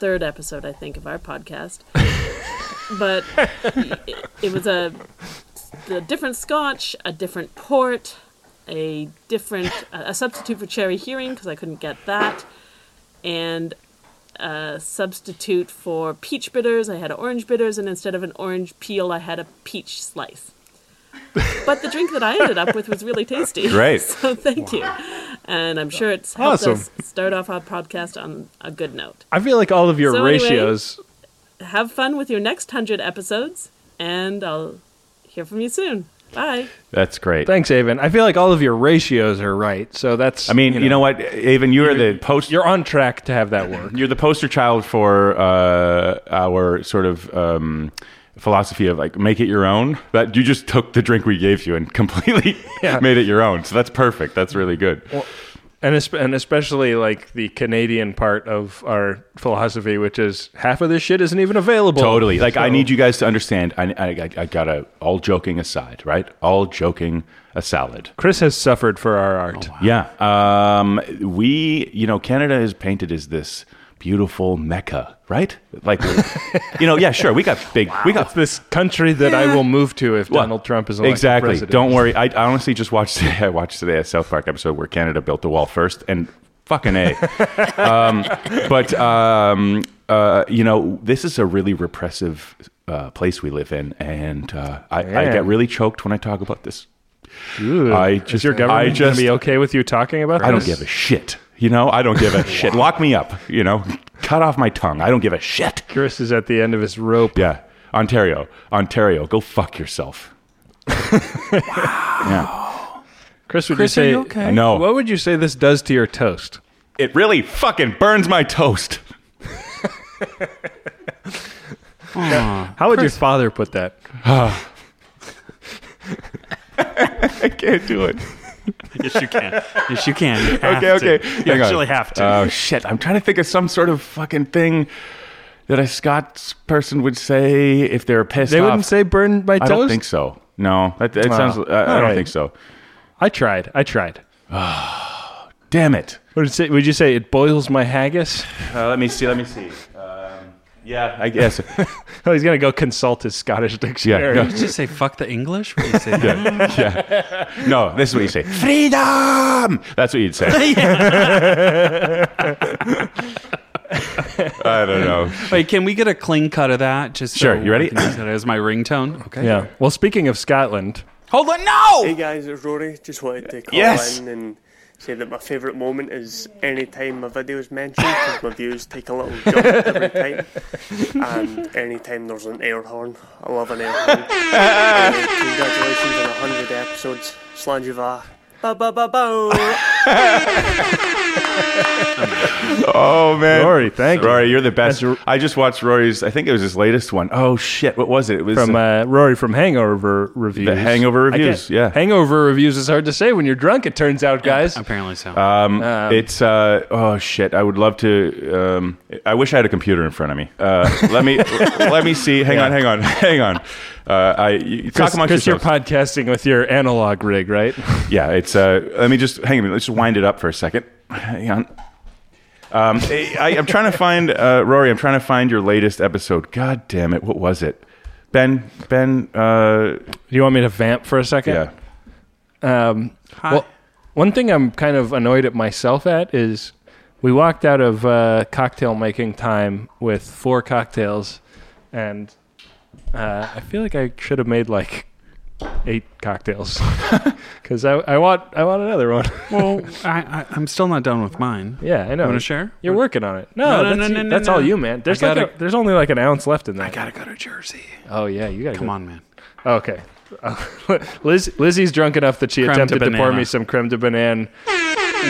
third episode, I think, of our podcast. but it, it was a, a different scotch, a different port, a different a a substitute for cherry hearing because I couldn't get that, and a substitute for peach bitters. I had orange bitters, and instead of an orange peel, I had a peach slice. but the drink that I ended up with was really tasty.
Great.
[laughs] so thank you. And I'm sure it's helped us
Awesome.
start off our podcast on a good note.
I feel like all of your
So anyway-
ratios.
Have fun with your next 100 episodes, and I'll hear from you soon. Bye.
That's great.
Thanks, Avon. I feel like all of your ratios are right. So that's.
I mean, you know, what, Avon, you are the post.
You're on track to have that work.
You're the poster child for uh, our sort of um, philosophy of like make it your own. That you just took the drink we gave you and [laughs] completely
Yeah.
made it your own. So that's perfect. That's really good.
And, esp- and especially like the Canadian part of our philosophy, which is half of this shit isn't even available.
Totally. Like I
So-
need you guys to understand. I, I, I- I gotta. All joking aside, right? All joking a salad.
Chris has suffered for our art.
Yeah. Um, we, you know, Canada is painted as this beautiful mecca, right? Like, [laughs] you know, yeah, sure. We got big. We got
This country that I will move to if Donald Trump is elected
exactly.
president.
[laughs] Don't worry. I, I honestly just watched. I watched today a South Park episode where Canada built the wall first, and
[laughs]
Fucking A. um, but, um, uh, you know, this is a really repressive uh, place we live in. And uh, I, I
Yeah.
get really choked when I talk about this. I
Is your government
I
gonna
just,
be okay with you talking about
I don't
this?
give a shit. You know, I
[laughs]
don't give a shit. Lock me up. You know, cut off my tongue. I don't give a shit.
Chris is at the end of his rope.
Yeah. Ontario. Ontario, go fuck yourself. yeah.
Chris, would
Chris,
you say
are you okay? No.
What would you say this does to your toast?
It really fucking burns my toast. [laughs]
How would
Chris-
your father put that?
I can't do it.
yes, you can. Yes, you can.
[laughs]
You have
okay, okay.
to. You
Hang on.
actually have
Uh,
to.
Oh shit! I'm trying to think of some sort of fucking thing that a Scots person would say if they're pissed.
They
off.
wouldn't say burn my
I don't
toast?
think so. No, that, that
Wow.
sounds. uh, I, I
All
don't
right.
think so.
I tried. I tried.
Damn it.
Would, it say, would you say it boils my haggis? [laughs]
Uh, let me see. Let me see. Um, yeah, I
[laughs]
guess.
oh, he's gonna go consult his Scottish dictionary. [laughs]
Yeah, no. Did you
say fuck the English? What do you say?
yeah, yeah. No, this is what you say. Freedom. That's what you'd say. [laughs] I don't know.
Wait, can we get a clean cut of that? Just
Sure,
so
you ready?
I can use that as my ringtone. Okay.
Yeah. Well, speaking of Scotland,
Hold on. No.
Hey guys, it's Rory. Just wanted to call
Yes.
in and say that my favourite moment is any time my video is mentioned because my views take a little jump every time. And any time there's an air horn, I love an air horn. Anyway, congratulations on 100 episodes. Slanjuva. Ba ba ba
Oh man,
Rory, thank you.
Rory, you're the best. I just watched Rory's. I think it was his latest one. Oh shit, what was it? It was
from uh, Rory from Hangover Reviews.
the Hangover
I can't-
reviews. Yeah,
Hangover Reviews is hard to say when you're drunk. It turns out, guys.
Apparently so.
Um, it's uh, oh shit. I would love to. Um, I wish I had a computer in front of me. Uh,
[laughs]
let me let me see. Hang on, hang on, [laughs] hang on. Uh, I you, you talk
Chris,
amongst
Chris, you're
yourselves.
podcasting with your analog rig, right? [laughs]
yeah, it's. Uh, let me just hang on. Let's just wind it up for a second. Hang on. Um, I, I- I'm trying to find uh, Rory. I'm trying to find your latest episode. God damn it! What was it? Ben, Ben. Uh,
Do you want me to vamp for a second? Yeah. Um, Well, one thing I'm kind of annoyed at myself at is we walked out of uh, cocktail making time with four cocktails, and uh, I feel like I should have made like eight
[laughs]
cocktails because I, I want I want another one.
well, I, I, I'm still not done with mine.
Yeah, I know.
Want to share?
You're working on it. No,
No, no,
that's,
no,
you-
no,
that's
no,
all
no.
you, man. There's
I
like
gotta-
a- there's only like an ounce left in that. I
gotta go to Jersey.
Oh yeah, you gotta
Uh, Come
go.
on, man.
Okay. [laughs] Liz, Lizzie's drunk enough that she
Creme de
attempted to pour
banana.
me some creme de banane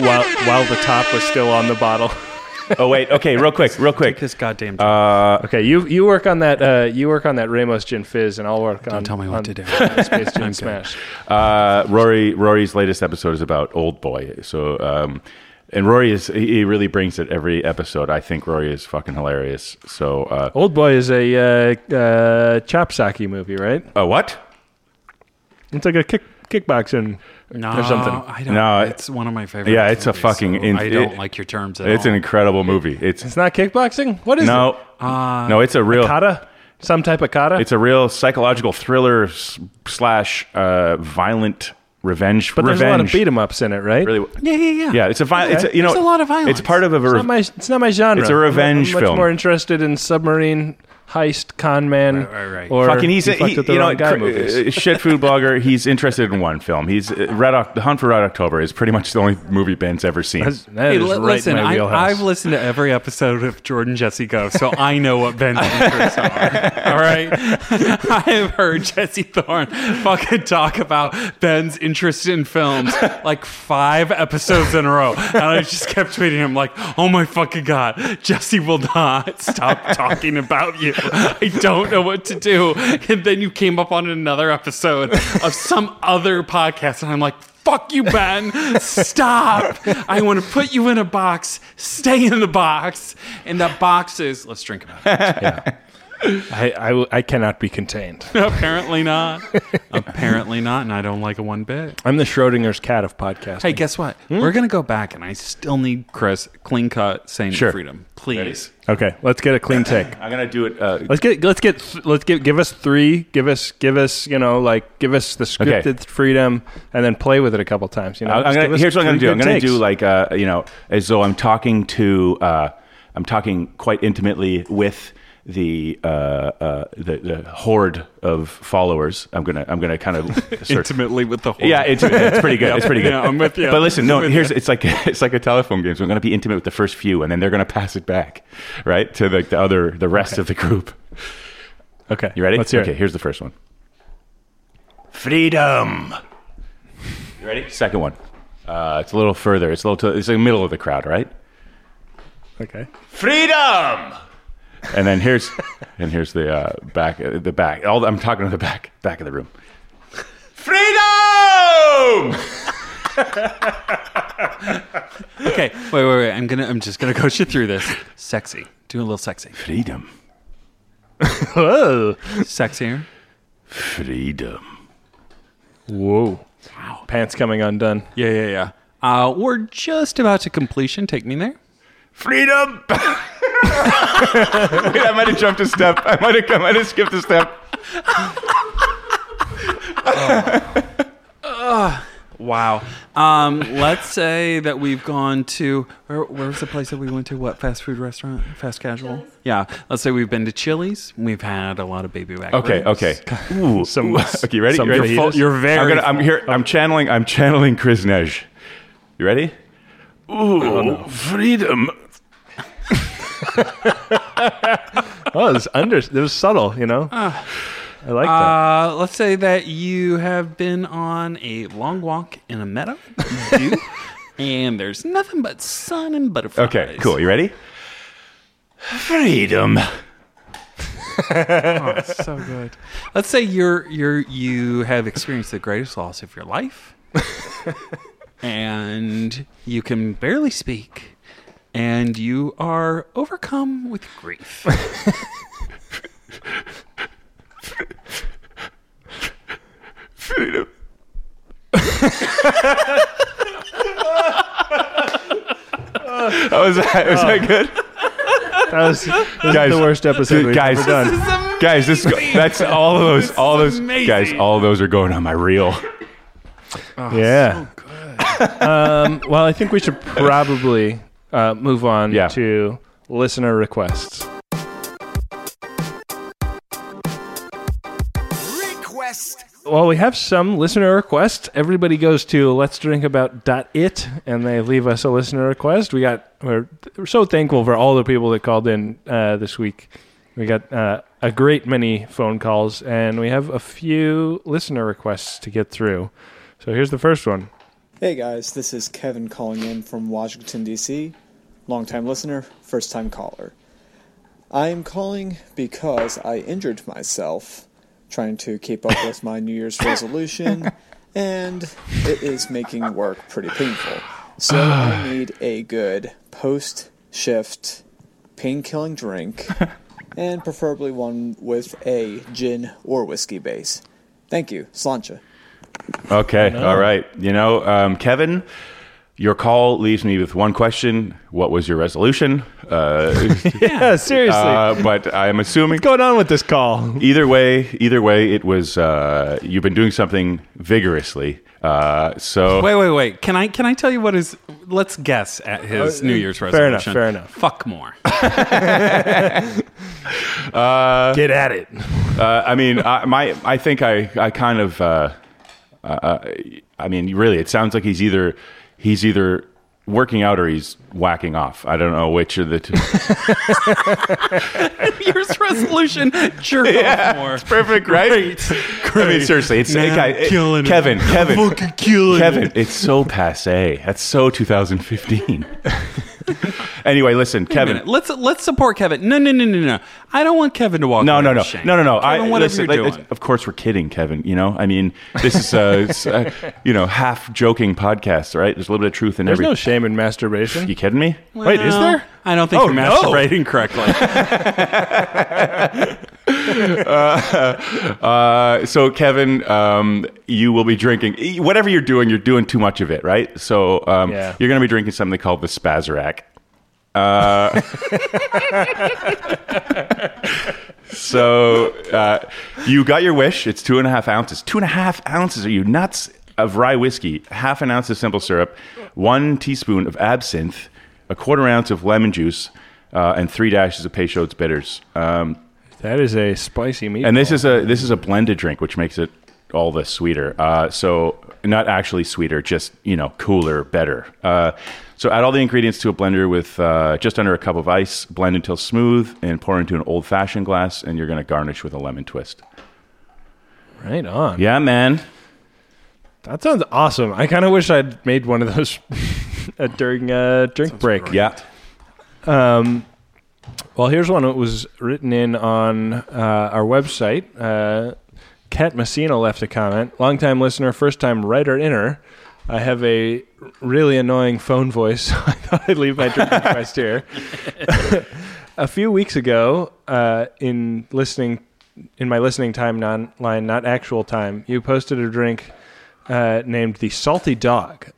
while while the top was still on the bottle. [laughs]
oh wait. Okay, real quick, real quick.
this goddamn.
Uh,
okay, you you work on that. Uh, you work on that Ramos Gin Fizz, and I'll work on. Don't tell me what to do. [laughs] Space Gin Smash.
Uh, Rory Rory's latest episode is about Old Boy. So, um, and Rory is he he really brings it every episode. I think Rory is fucking hilarious. So, uh,
Old Boy is a uh, uh, chop sake movie, right?
a what?
It's like a kick kickboxing
No,
or something.
I don't.
No, it-
it's one of my favorite.
yeah, it's a
movies,
fucking.
so
in-
I don't
it-
like your terms at
It's
all.
an incredible movie. It's
It's not kickboxing. What is
no,
it? Ah.
no, it's a real
kata, some type of kata.
It's a real psychological thriller s- slash uh, violent revenge.
but
revenge.
there's a lot of beat 'em ups in it, right?
Really,
Yeah, yeah, yeah.
yeah, it's a violent. It's a, you know,
There's a lot of violence.
It's part of a.
It's
rev-
not my it's not my genre.
It's a
I'm-
revenge
I'm much
film.
more interested in submarine heist, con man,
Right, right, right.
or
fucking he's
you
a,
fucked
he,
with the
you know
wrong guy
cr-
movies.
uh, shit food blogger he's interested in one film he's uh, red Oc- the hunt for red october is pretty much the only movie ben's ever seen
That
Hey,
is
li-
right in
listen,
my
I,
wheelhouse.
I've listened to every episode of Jordan Jesse Go, so I know what Ben's interests are. All right, [laughs] I have heard Jesse Thorne fucking talk about Ben's interest in films like five episodes in a row, and I just kept tweeting him like, "Oh my fucking god, Jesse will not stop talking about you. I don't know what to do." And then you came up on another episode of some other podcast, and I'm like. Fuck you, Ben. Stop. I want to put you in a [laughs] box. Stay in the box. And that box is, let's drink about it.
I, I, I cannot be contained.
Apparently not. Apparently not, and I don't like it one bit.
[laughs] I'm the Schrodinger's cat of podcasting.
Hey, guess what?
Hmm?
We're gonna go back, and I still need Chris clean cut, sane
Sure.
freedom, please.
Okay, let's get a clean take.
I'm gonna do it. Uh,
Let's get let's get th- let's get give us three. Give us give us you know like give us the
Okay.
scripted freedom and then play with it a couple times. You know,
I'm
Just
gonna,
give us
here's what I'm going to
three
do. I'm
good
going to
takes.
do like uh, you know, as though I'm talking to, uh, I'm talking quite intimately with the uh, uh, the, the horde of followers. I'm gonna I'm gonna
[laughs]
kind of sort-
Intimately with the whole.
Yeah, it's, it's pretty good. It's pretty good.
Yeah, I'm with you.
But listen, no,
With
here's
you.
it's like [laughs] it's like a telephone game. So I'm going to be intimate with the first few, and then they're going to pass it back, right, to like the other the rest of the group.
Okay,
you ready?
let's hear it.
okay, here's the first one. Freedom. You ready? Second one. Uh, it's a little further. It's a little. To, it's the middle of the crowd, right?
Okay.
Freedom. And then here's and here's the uh, back the back. All I'm talking to the back back of the room. Freedom.
[laughs] Okay, wait, wait, wait. I'm gonna. I'm just gonna coach you through this. Sexy. Do a little sexy.
Freedom.
Whoa.
Sexier.
Freedom.
Whoa. Wow. Pants coming undone.
Yeah, yeah, yeah. Uh, we're just about to completion. Take me there.
Freedom. [laughs] Wait, I might have jumped a step. I might have I might have skipped a step.
Ugh. wow. Um, let's say that we've gone to where, where was the place that we went to? What fast food restaurant? Fast casual. Yeah. Let's say we've been to Chili's. We've had a lot of baby back.
Okay,
ribs.
okay. Ooh,
Some-
ooh. okay, you ready?
some
you
fajitas.
ready?
You're full- you're very
I'm, gonna, I'm here. I'm channeling. I'm channeling Chris Nej. You ready? Oh, Ooh, [laughs] freedom.
Oh, it was under. It was subtle. You know. I like that.
Uh, let's say that you have been on a long walk in a meadow,
[laughs]
you, and there's nothing but sun and butterflies.
Okay, cool. You ready? [laughs] Freedom.
oh, it's so good. Let's say you're you're you have experienced the greatest loss of your
[laughs]
life, and you can barely speak, and you are overcome with
[laughs]
grief.
Freedom. That was Oh, that, was that good?
That was this is the worst episode
dude,
we've
guys,
ever done.
guys, this that's all of those, all those guys, all those are going on my reel. Oh,
yeah. um, well, I think we should probably uh, move on to listener requests.
Request.
Well, we have some listener requests. Everybody goes to let's drink about it and they leave us a listener request. We got we're, we're so thankful for all the people that called in uh, this week. We got uh, a great many phone calls and we have a few listener requests to get through. So here's the first one.
Hey guys, this is Kevin calling in from Washington, D.C. Longtime listener, first time caller. I am calling because I injured myself trying to keep up with my New Year's resolution, and it is making work pretty painful. So I need a good post shift pain killing drink, and preferably one with a gin or whiskey base. Thank you. Slancha.
Okay.
No.
All right. You know, um, Kevin, your call leaves me with one question: What was your resolution? Uh,
[laughs]
[laughs]
yeah, seriously.
uh, but I'm assuming
What's going on with this call?
[laughs] Either way, either way, it was uh, you've been doing something vigorously. Uh, so
Wait, wait, wait. Can I can I tell you what is? Let's guess at his
Oh,
Uh,
New Year's
fair
resolution.
enough, fair enough.
Fuck more. [laughs]
Uh,
Get at it.
Uh, I mean, I, my, I think I, I kind of, uh, uh, I mean, really, it sounds like he's either, he's either working out or he's whacking off. I don't know which of the two.
New
[laughs]
Year's resolution. Jerk off more. It's
perfect, right? I mean, seriously, it's
Man,
it- I-
I'm
it-
killing it.
Kevin,
I'm
Kevin,
fucking killing
Kevin.
it.
It's so passe. That's so 2015. [laughs] Anyway, listen,
Wait a
Kevin.
minute. let's let's support Kevin. No, no, no, no, no. I don't want Kevin to walk.
No,
away
no, no,
with shame.
no, no, no. I,
Kevin, whatever
listen,
you're
like,
doing.
it's- Of course, we're kidding, Kevin. You know, I mean, this
[laughs]
is a, it's a, you know half joking podcast, right? There's a little bit of truth in
There's
every.
no shame in masturbation.
You kidding me?
Wait, is there?
I don't think
Oh,
you're
no.
masturbating correctly.
uh, uh, so, Kevin, um, you will be drinking e, whatever you're doing. You're doing too much of it, right? So, um,
Yeah.
you're going to be drinking something called the Spazerac. Uh, [laughs] so uh, you got your wish. It's two and a half ounces. Two and a half ounces. Are you nuts? Of rye whiskey, half an ounce of simple syrup, one teaspoon of absinthe, a quarter ounce of lemon juice, uh, and three dashes of Peychaud's bitters. Um,
that is a spicy meat.
and this is a this is a blended drink, which makes it all the sweeter. Uh, so not actually sweeter, just you know cooler, better. Uh, so add all the ingredients to a blender with uh, just under a cup of ice. Blend until smooth, and pour into an old fashioned glass. And you're going to garnish with a lemon twist.
right on.
Yeah, man.
That sounds awesome. I kind of wish I'd made one of those [laughs] uh, during uh, drink break.
Yeah.
Um, well, here's one that was written in on uh, our website. Uh, Kat Messina left a comment. Longtime listener, first time writer inner. I have a really annoying phone voice, [laughs] so I thought I'd leave my drink request here. a few weeks ago, uh, in listening, in my listening time non- line, not actual time, you posted a drink uh, named the Salty Dog.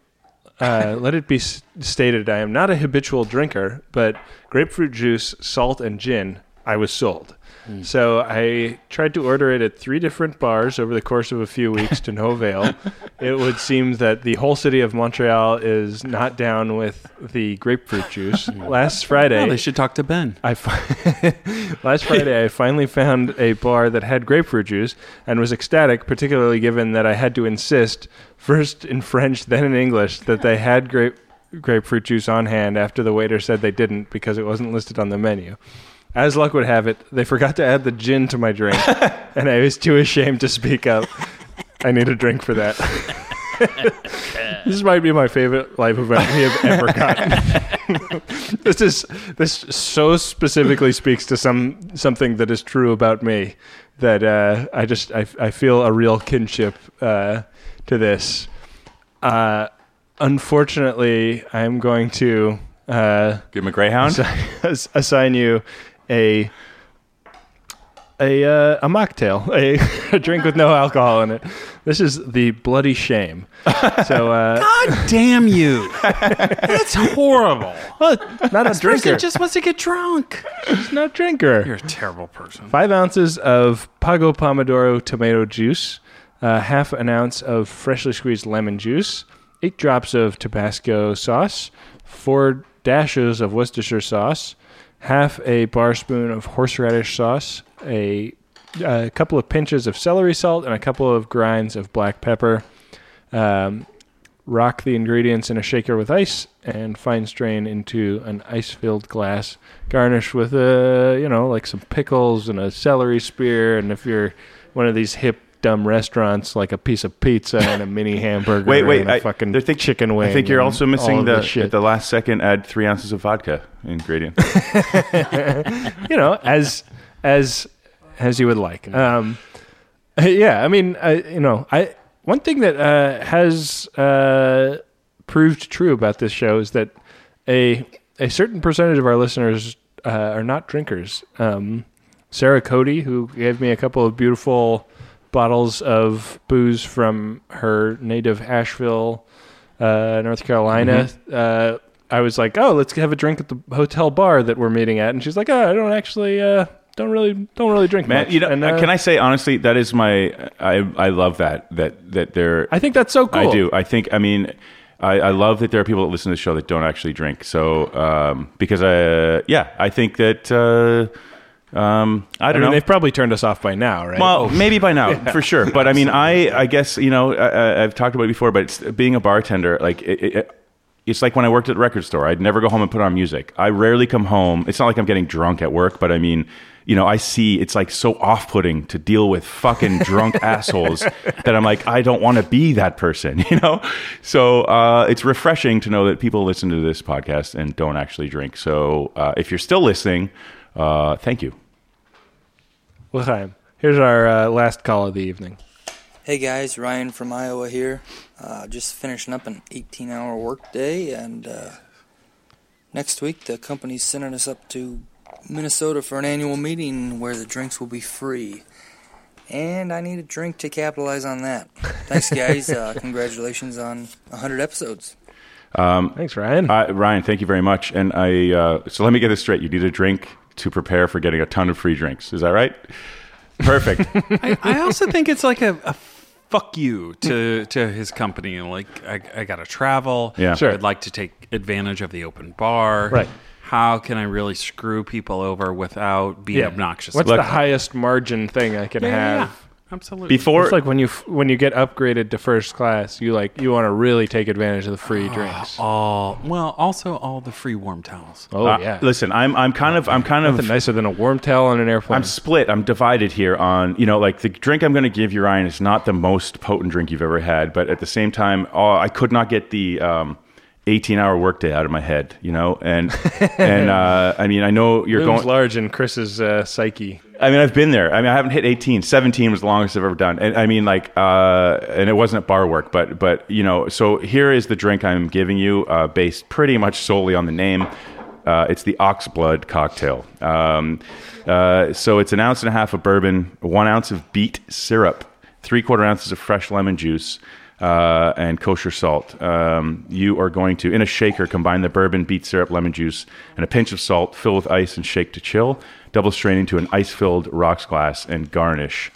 Uh, [laughs] let it be s- stated, I am not a habitual drinker, but grapefruit juice, salt, and gin, I was sold.
Hmm.
So I tried to order it at three different bars over the course of a few weeks to no
[laughs]
avail. it would seem that the whole city of Montreal is not down with the grapefruit
[laughs]
juice. Last Friday,
Well, they should talk to Ben.
I fi- [laughs] last Friday I finally found a bar that had grapefruit juice and was ecstatic, particularly given that I had to insist first in French, then in English, that they had grape grapefruit juice on hand after the waiter said they didn't because it wasn't listed on the menu. As luck would have it, they forgot to add the gin to my drink, and I was too ashamed to speak up. I need a drink for that. [laughs] this might be my favorite life event we have ever gotten. this is this so specifically speaks to some something that is true about me that uh, I just I, I feel a real kinship uh, to this. Uh, unfortunately, I'm going to uh,
give him a greyhound.
Assign, [laughs] assign you a a uh, a mocktail, a, [laughs] a drink with no alcohol in it. This is the bloody shame. So uh,
[laughs] God damn [laughs] you! That's horrible.
not a
This person
drinker.
just wants to get drunk.
She's not a drinker.
You're a terrible person.
Five ounces of Pago Pomodoro tomato juice, uh, half an ounce of freshly squeezed lemon juice, eight drops of Tabasco sauce, four dashes of Worcestershire sauce, half a bar spoon of horseradish sauce, a, a couple of pinches of celery salt, and a couple of grinds of black pepper. Um, rock the ingredients in a shaker with ice and fine strain into an ice-filled glass. Garnish with a you know like some pickles and a celery spear, and if you're one of these hip dumb restaurants, like a piece of pizza and a
[laughs]
mini hamburger.
Wait, wait,
and a
I-
fucking
I think-
chicken wing.
I think you're
and
also
all
missing
of
the
this shit.
at the last second. Add three ounces of vodka
[laughs]
ingredient.
you know, as as as you would like. Um, [laughs] yeah, I mean, I, you know, I one thing that uh, has uh, proved true about this show is that a a certain percentage of our listeners uh, are not drinkers. Um, Sarah Cody, who gave me a couple of beautiful bottles of booze from her native Asheville, uh, North Carolina. Uh, I was like, "Oh, let's have a drink at the hotel bar that we're meeting at," and she's like, "Oh, I don't actually, uh, don't really, don't really drink
Man,
much."
you know,
And, uh,
can I say honestly? That is my. I I love that that that there.
I think that's so cool.
I do. I think. I mean, I, I love that there are people that listen to the show that don't actually drink. So um, because I yeah, I think that. Uh, um, I
I
don't
mean,
know.
they've probably turned us off by now, right? Oh.
Well, maybe by
[laughs]
now,
Yeah.
for sure. But I mean, I, I guess you know, I, I- I've talked about it before. But it's, being a bartender, like it, it- it, it's like when I worked at the record store. I'd never go home and put on music. I rarely come home. It's not like I'm getting drunk at work, but I mean, you know, I see it's like so off putting to deal with
[laughs]
fucking drunk assholes that I'm like, I don't want to be that person, [laughs] you know? So uh, it's refreshing to know that people listen to this podcast and don't actually drink. So uh, if you're still listening, uh, thank you.
Well, hi. Here's our uh, last call of the evening.
Hey guys, Ryan from Iowa here. Uh, just finishing up an 18 hour work day, and uh, next week the company's sending us up to Minnesota for an annual meeting where the drinks will be free. And I need a drink to capitalize on that. Thanks, guys. uh, congratulations on 100 episodes.
Um,
Thanks, Ryan.
Uh, Ryan, thank you very much. And I, uh, so let me get this straight. You need a drink to prepare for getting a ton of free drinks. Is that right? Perfect.
I, I also think it's like a, a fuck you to to his company. Like I, I got to travel.
Yeah. Sure.
I'd like to take advantage of the open bar.
Right.
How can I really screw people over without being obnoxious?
What's
about
the
it?
highest margin thing I can
Yeah, yeah,
have?
yeah. Absolutely.
it's like when you f- when you get upgraded to first class, you like you want to really take advantage of the
Oh,
free drinks.
all well, also all the free warm towels.
[laughs] Oh
Uh,
yeah,
Listen, I'm I'm kind of I'm kind
Nothing
of
nicer than a warm towel on an airplane.
I'm split. I'm divided here on you know like the drink I'm going to give you, Ryan, is not the most potent drink you've ever had, but at the same time, oh, I could not get the. Um, 18 hour workday out of my head, you know? And, and, uh, I mean, I know you're
Looms
going,
large in Chris's uh, psyche.
I mean, I've been there. I mean, I haven't hit 18. 17 was the longest I've ever done. And I mean, like, uh, and it wasn't at bar work, but, but, you know, so here is the drink I'm giving you, uh, based pretty much solely on the name. Uh, it's the Oxblood cocktail. Um, uh, so it's an ounce and a half of bourbon, one ounce of beet syrup, three quarter ounces of fresh lemon juice, uh, and kosher salt. Um, you are going to, in a shaker, combine the bourbon, beet syrup, lemon juice, and a pinch of salt, fill with ice and shake to chill. Double strain into an ice filled rocks glass and garnish.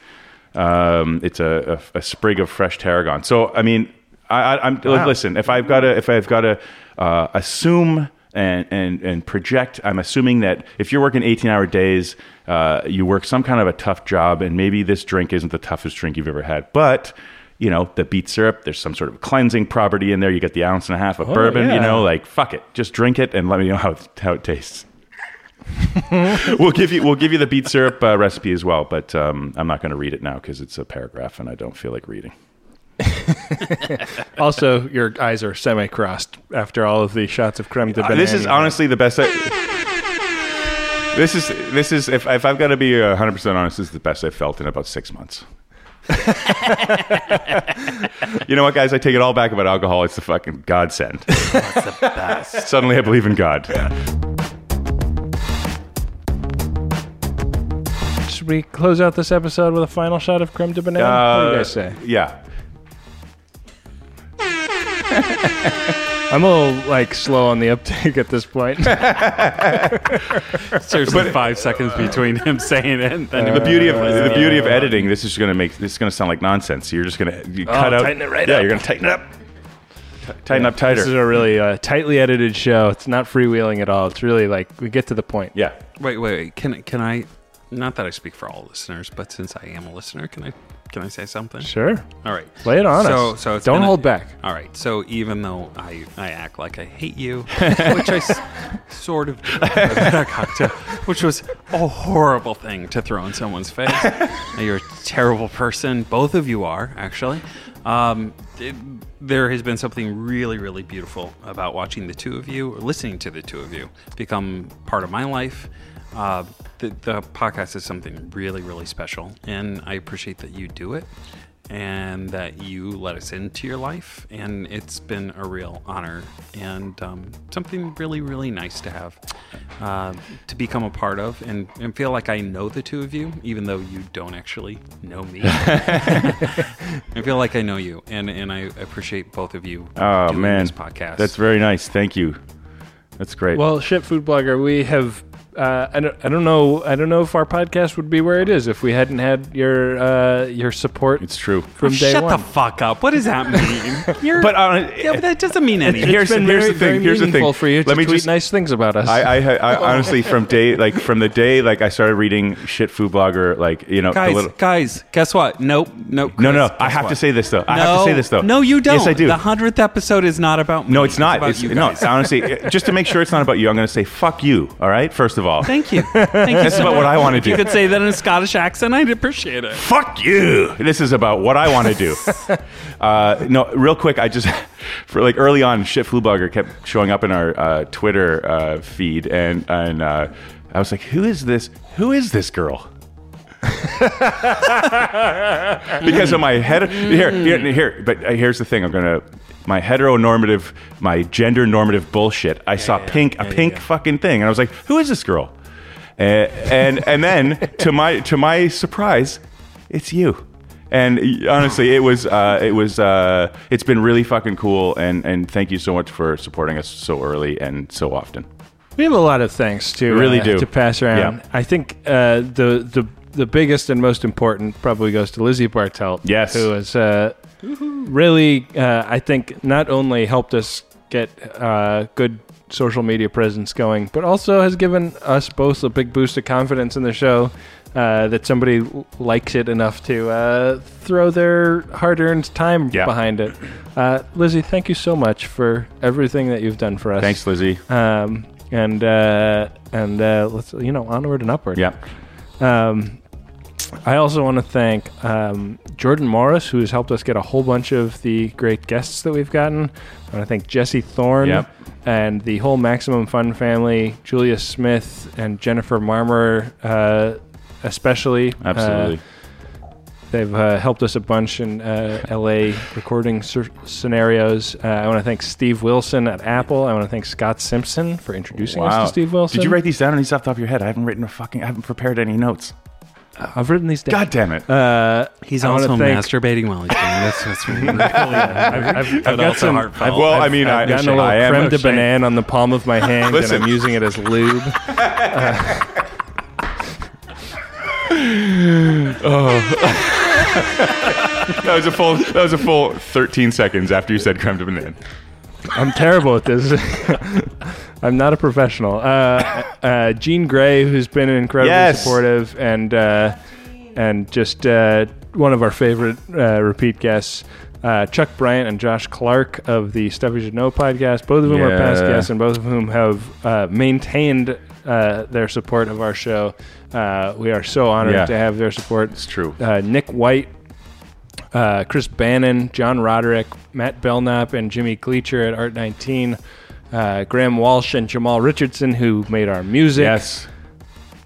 Um, it's a, a, a sprig of fresh tarragon. So, I mean, I, I, I'm
Wow.
listen. If I've got to, if I've got to uh, assume and, and and project, I'm assuming that if you're working 18 hour days, uh, you work some kind of a tough job, and maybe this drink isn't the toughest drink you've ever had, but. You know the beet syrup. There's some sort of cleansing property in there. You get the ounce and a half of
Oh,
bourbon. You
yeah.
know, like fuck it, just drink it and let me know how it, how
[laughs]
it tastes. we'll give you we'll give you the beet syrup uh, recipe as well, but um, I'm not going to read it now because it's a paragraph and I don't feel like reading.
also, your eyes are semi-crossed after all of the shots of creme de
Uh,
banane.
This is honestly the best. I, this is this is if, if I've got to be hundred percent honest, this is the best I've felt in about six months. [laughs] you know what, guys? I take it all back about alcohol. It's the fucking
[laughs]
godsend. Suddenly, I believe in God.
Should we close out this episode with a final shot of creme de banane? what do you
Uh,
guys say?
Yeah.
I'm a little like slow on the uptake [laughs] at this point.
Seriously, five seconds between him saying it. And then
the beauty of the beauty of editing. This is going to make this is going to sound like nonsense. So you're just going to you
Oh,
cut out.
tighten it right
yeah,
up.
you're going to tighten it up. T- tighten up tighter.
This is a really uh, tightly edited show. It's not freewheeling at all. It's really like we get to the point.
Yeah.
Wait, wait, wait. Can can I? Not that I speak for all listeners, but since I am a listener, can I can I say something?
Sure.
All right.
Lay it on
so,
us.
So it's
Don't
been a-
hold back.
All right. So even though I I act like I hate
[laughs]
you, which I s- sort of do, with that cocktail, which was a horrible thing to throw in someone's face. [laughs] You're a terrible person. Both of you are actually. Um, it- there has been something really, really beautiful about watching the two of you, or listening to the two of you, become part of my life. Uh, the, the podcast is something really, really special, and I appreciate that you do it and that you let us into your life. And it's been a real honor and um, something really, really nice to have uh, to become a part of and, and feel like I know the two of you, even though you don't actually know
[laughs]
me. I feel like I know you, and, and I appreciate both of you
Oh
doing
man,
this podcast.
That's very nice. Thank you. That's great.
Well, shit, food blogger, we have. Uh, I, don't, I don't know. I don't know if our podcast would be where it is if we hadn't had your uh, your support. It's
true
from
Oh,
day
shut
one.
the fuck up. What does that
[laughs]
mean? You're,
but, uh,
yeah, but that doesn't mean anything.
Here's,
been
here's
very-
the
very
thing. Here's the
meaningful
thing.
for you to tweet nice things about us.
I, I,
[laughs]
I honestly, from day like from the day like I started reading shit food blogger, like you know,
guys,
the little,
guys, guess what? Nope, nope.
No, no,
Chris,
I
guess
have to
what?
say this, though. I have to
No,
say this, though.
No, you don't.
Yes, I do.
The hundredth episode is not about me.
No, it's not.
about
It's,
you
no,
guys.
[laughs] honestly, just to make sure it's not about you, I'm going to say fuck you. All right, first of of all.
Thank
[laughs]
you. Thank you
That's
so
about
much.
what I want to
If
do.
you could say that in a Scottish accent, I'd appreciate it.
Fuck you. This is about what I want to [laughs] do. uh, no, real quick, I just [laughs] for like early on, shit flu bugger kept showing up in our uh, Twitter uh, feed, and and uh, I was like, who is this? Who is this [laughs] girl? because of my head here, here here but uh, here's the thing i'm gonna my heteronormative my gender normative bullshit i saw pink a pink fucking thing and i was like who is this girl and Eh, and, and then to my to my surprise it's you and y- honestly it was uh, it was uh, it's been really fucking cool and and thank you so much for supporting us so early and so often
We have a lot of thanks to
We really
uh,
do.
to pass around.
Yeah.
I think uh, the the the biggest and most important probably goes to Lizzie Bartelt.
Yes.
who has uh, really uh, I think not only helped us get uh, good social media presence going, but also has given us both a big boost of confidence in the show. Uh, that somebody l- likes it enough to uh, throw their hard-earned time behind it. Uh, Lizzie, thank you so much for everything that you've done for us.
Thanks, Lizzie.
Um, and uh, and uh, let's you know onward and upward.
Yeah.
Um, I also want to thank um, Jordan Morris, who has helped us get a whole bunch of the great guests that we've gotten. I want to thank Jesse Thorne
Yep.
and the whole Maximum Fun family, Julia Smith and Jennifer Marmer, uh, especially. Uh,
Absolutely.
They've uh, helped us a bunch in uh, LA recording cer- scenarios. Uh, I want to thank Steve Wilson at Apple. I want to thank Scott Simpson for introducing us to Steve Wilson.
did you write these down or these off the top of your head i haven't written a fucking i haven't prepared any notes
I've written these down.
god damn it
uh,
He's
I wanna
also
thank-
masturbating while he's doing this. That's really
[laughs]
I've, I've, I've got some. I've,
well,
I've-
I mean,
I've
I,
gotten a little
I am
creme de
ashamed.
banane on the palm of my hand, and
Listen.
I'm using it as
[laughs]
lube. Uh, [laughs]
oh. that was a full. That was a full 13 seconds after you said creme de banane.
I'm terrible at this. [laughs] I'm not a professional. Uh, uh, Gene Gray, who's been incredibly
Yes.
supportive and uh, and just uh, one of our favorite uh, repeat guests. Uh, Chuck Bryant and Josh Clark of the Stuff You Should Know podcast, both of whom are past
Yeah.
guests and both of whom have uh, maintained uh, their support of our show. Uh, we are so honored
Yeah.
to have their support.
It's true.
Uh, Nick White, uh, Chris Bannon, John Roderick, Matt Belknap, and Jimmy Gleacher at Art 19, uh, Graham Walsh and Jamal Richardson, who made our music.
Yes.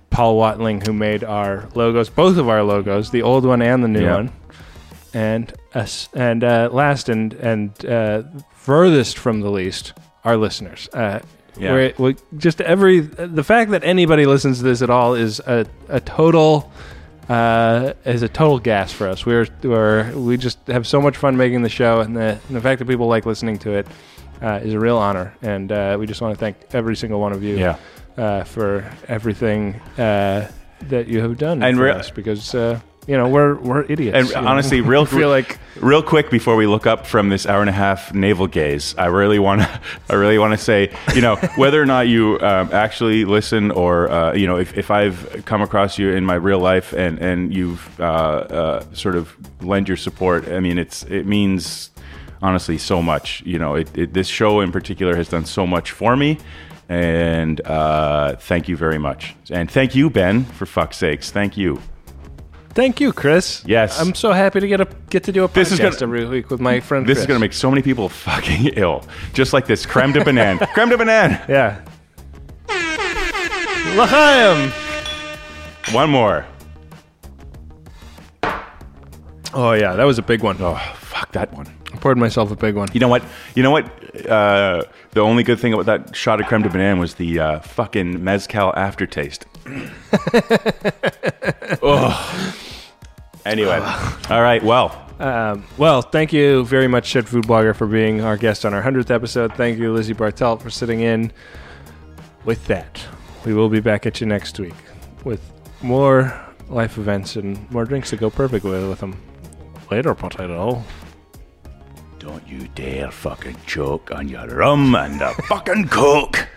Paul Watling, who made our logos, both of our logos, the old one and the new
Yeah.
one. And us, and uh, last and and uh, furthest from the least, our listeners. Uh,
Yeah.
we're- we just every the fact that anybody listens to this at all is a, a total uh, is a total gas for us. We're, we're we just have so much fun making the show, and the and the fact that people like listening to it uh, is a real honor. And uh, we just want to thank every single one of you
Yeah.
uh, for everything uh, that you have done
And
for
re-
us because. Uh, you know we're we're idiots.
And
you know? [laughs]
honestly, real
We feel like
real quick before we look up from this hour and a half navel gaze, I really want to, [laughs] I really want to say, you know, whether or not you um, actually listen or, uh, you know, if, if I've come across you in my real life and and you've uh, uh, sort of lend your support, I mean, it's it means honestly so much. You know, it, it, this show in particular has done so much for me. And uh, thank you very much. And thank you, Ben, for fuck's sakes. Thank you.
Thank you, Chris.
Yes.
I'm so happy to get a get to do a podcast
This is gonna-
every week with my friend.
This
Chris.
is going to make so many people fucking [laughs] ill. Just like this creme de banane. creme de banane.
Yeah. L'chaim.
One more.
Oh yeah, that was a big one.
Oh fuck that one.
I poured myself a big one.
You know what? You know what? Uh, the only good thing about that shot of creme de banane was the uh, fucking mezcal aftertaste. Ugh. Anyway. All right. Well.
Um, well, thank you very much, Shit Food Blogger, for being our guest on our hundredth episode. Thank you, Lizzie Bartelt, for sitting in. With that, we will be back at you next week with more life events and more drinks that go perfect with with them. Later, potato.
Don't you dare fucking choke on your rum and a fucking coke.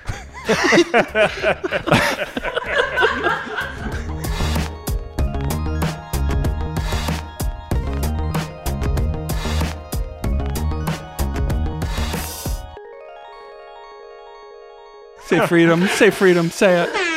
Say freedom. Say freedom. Say it.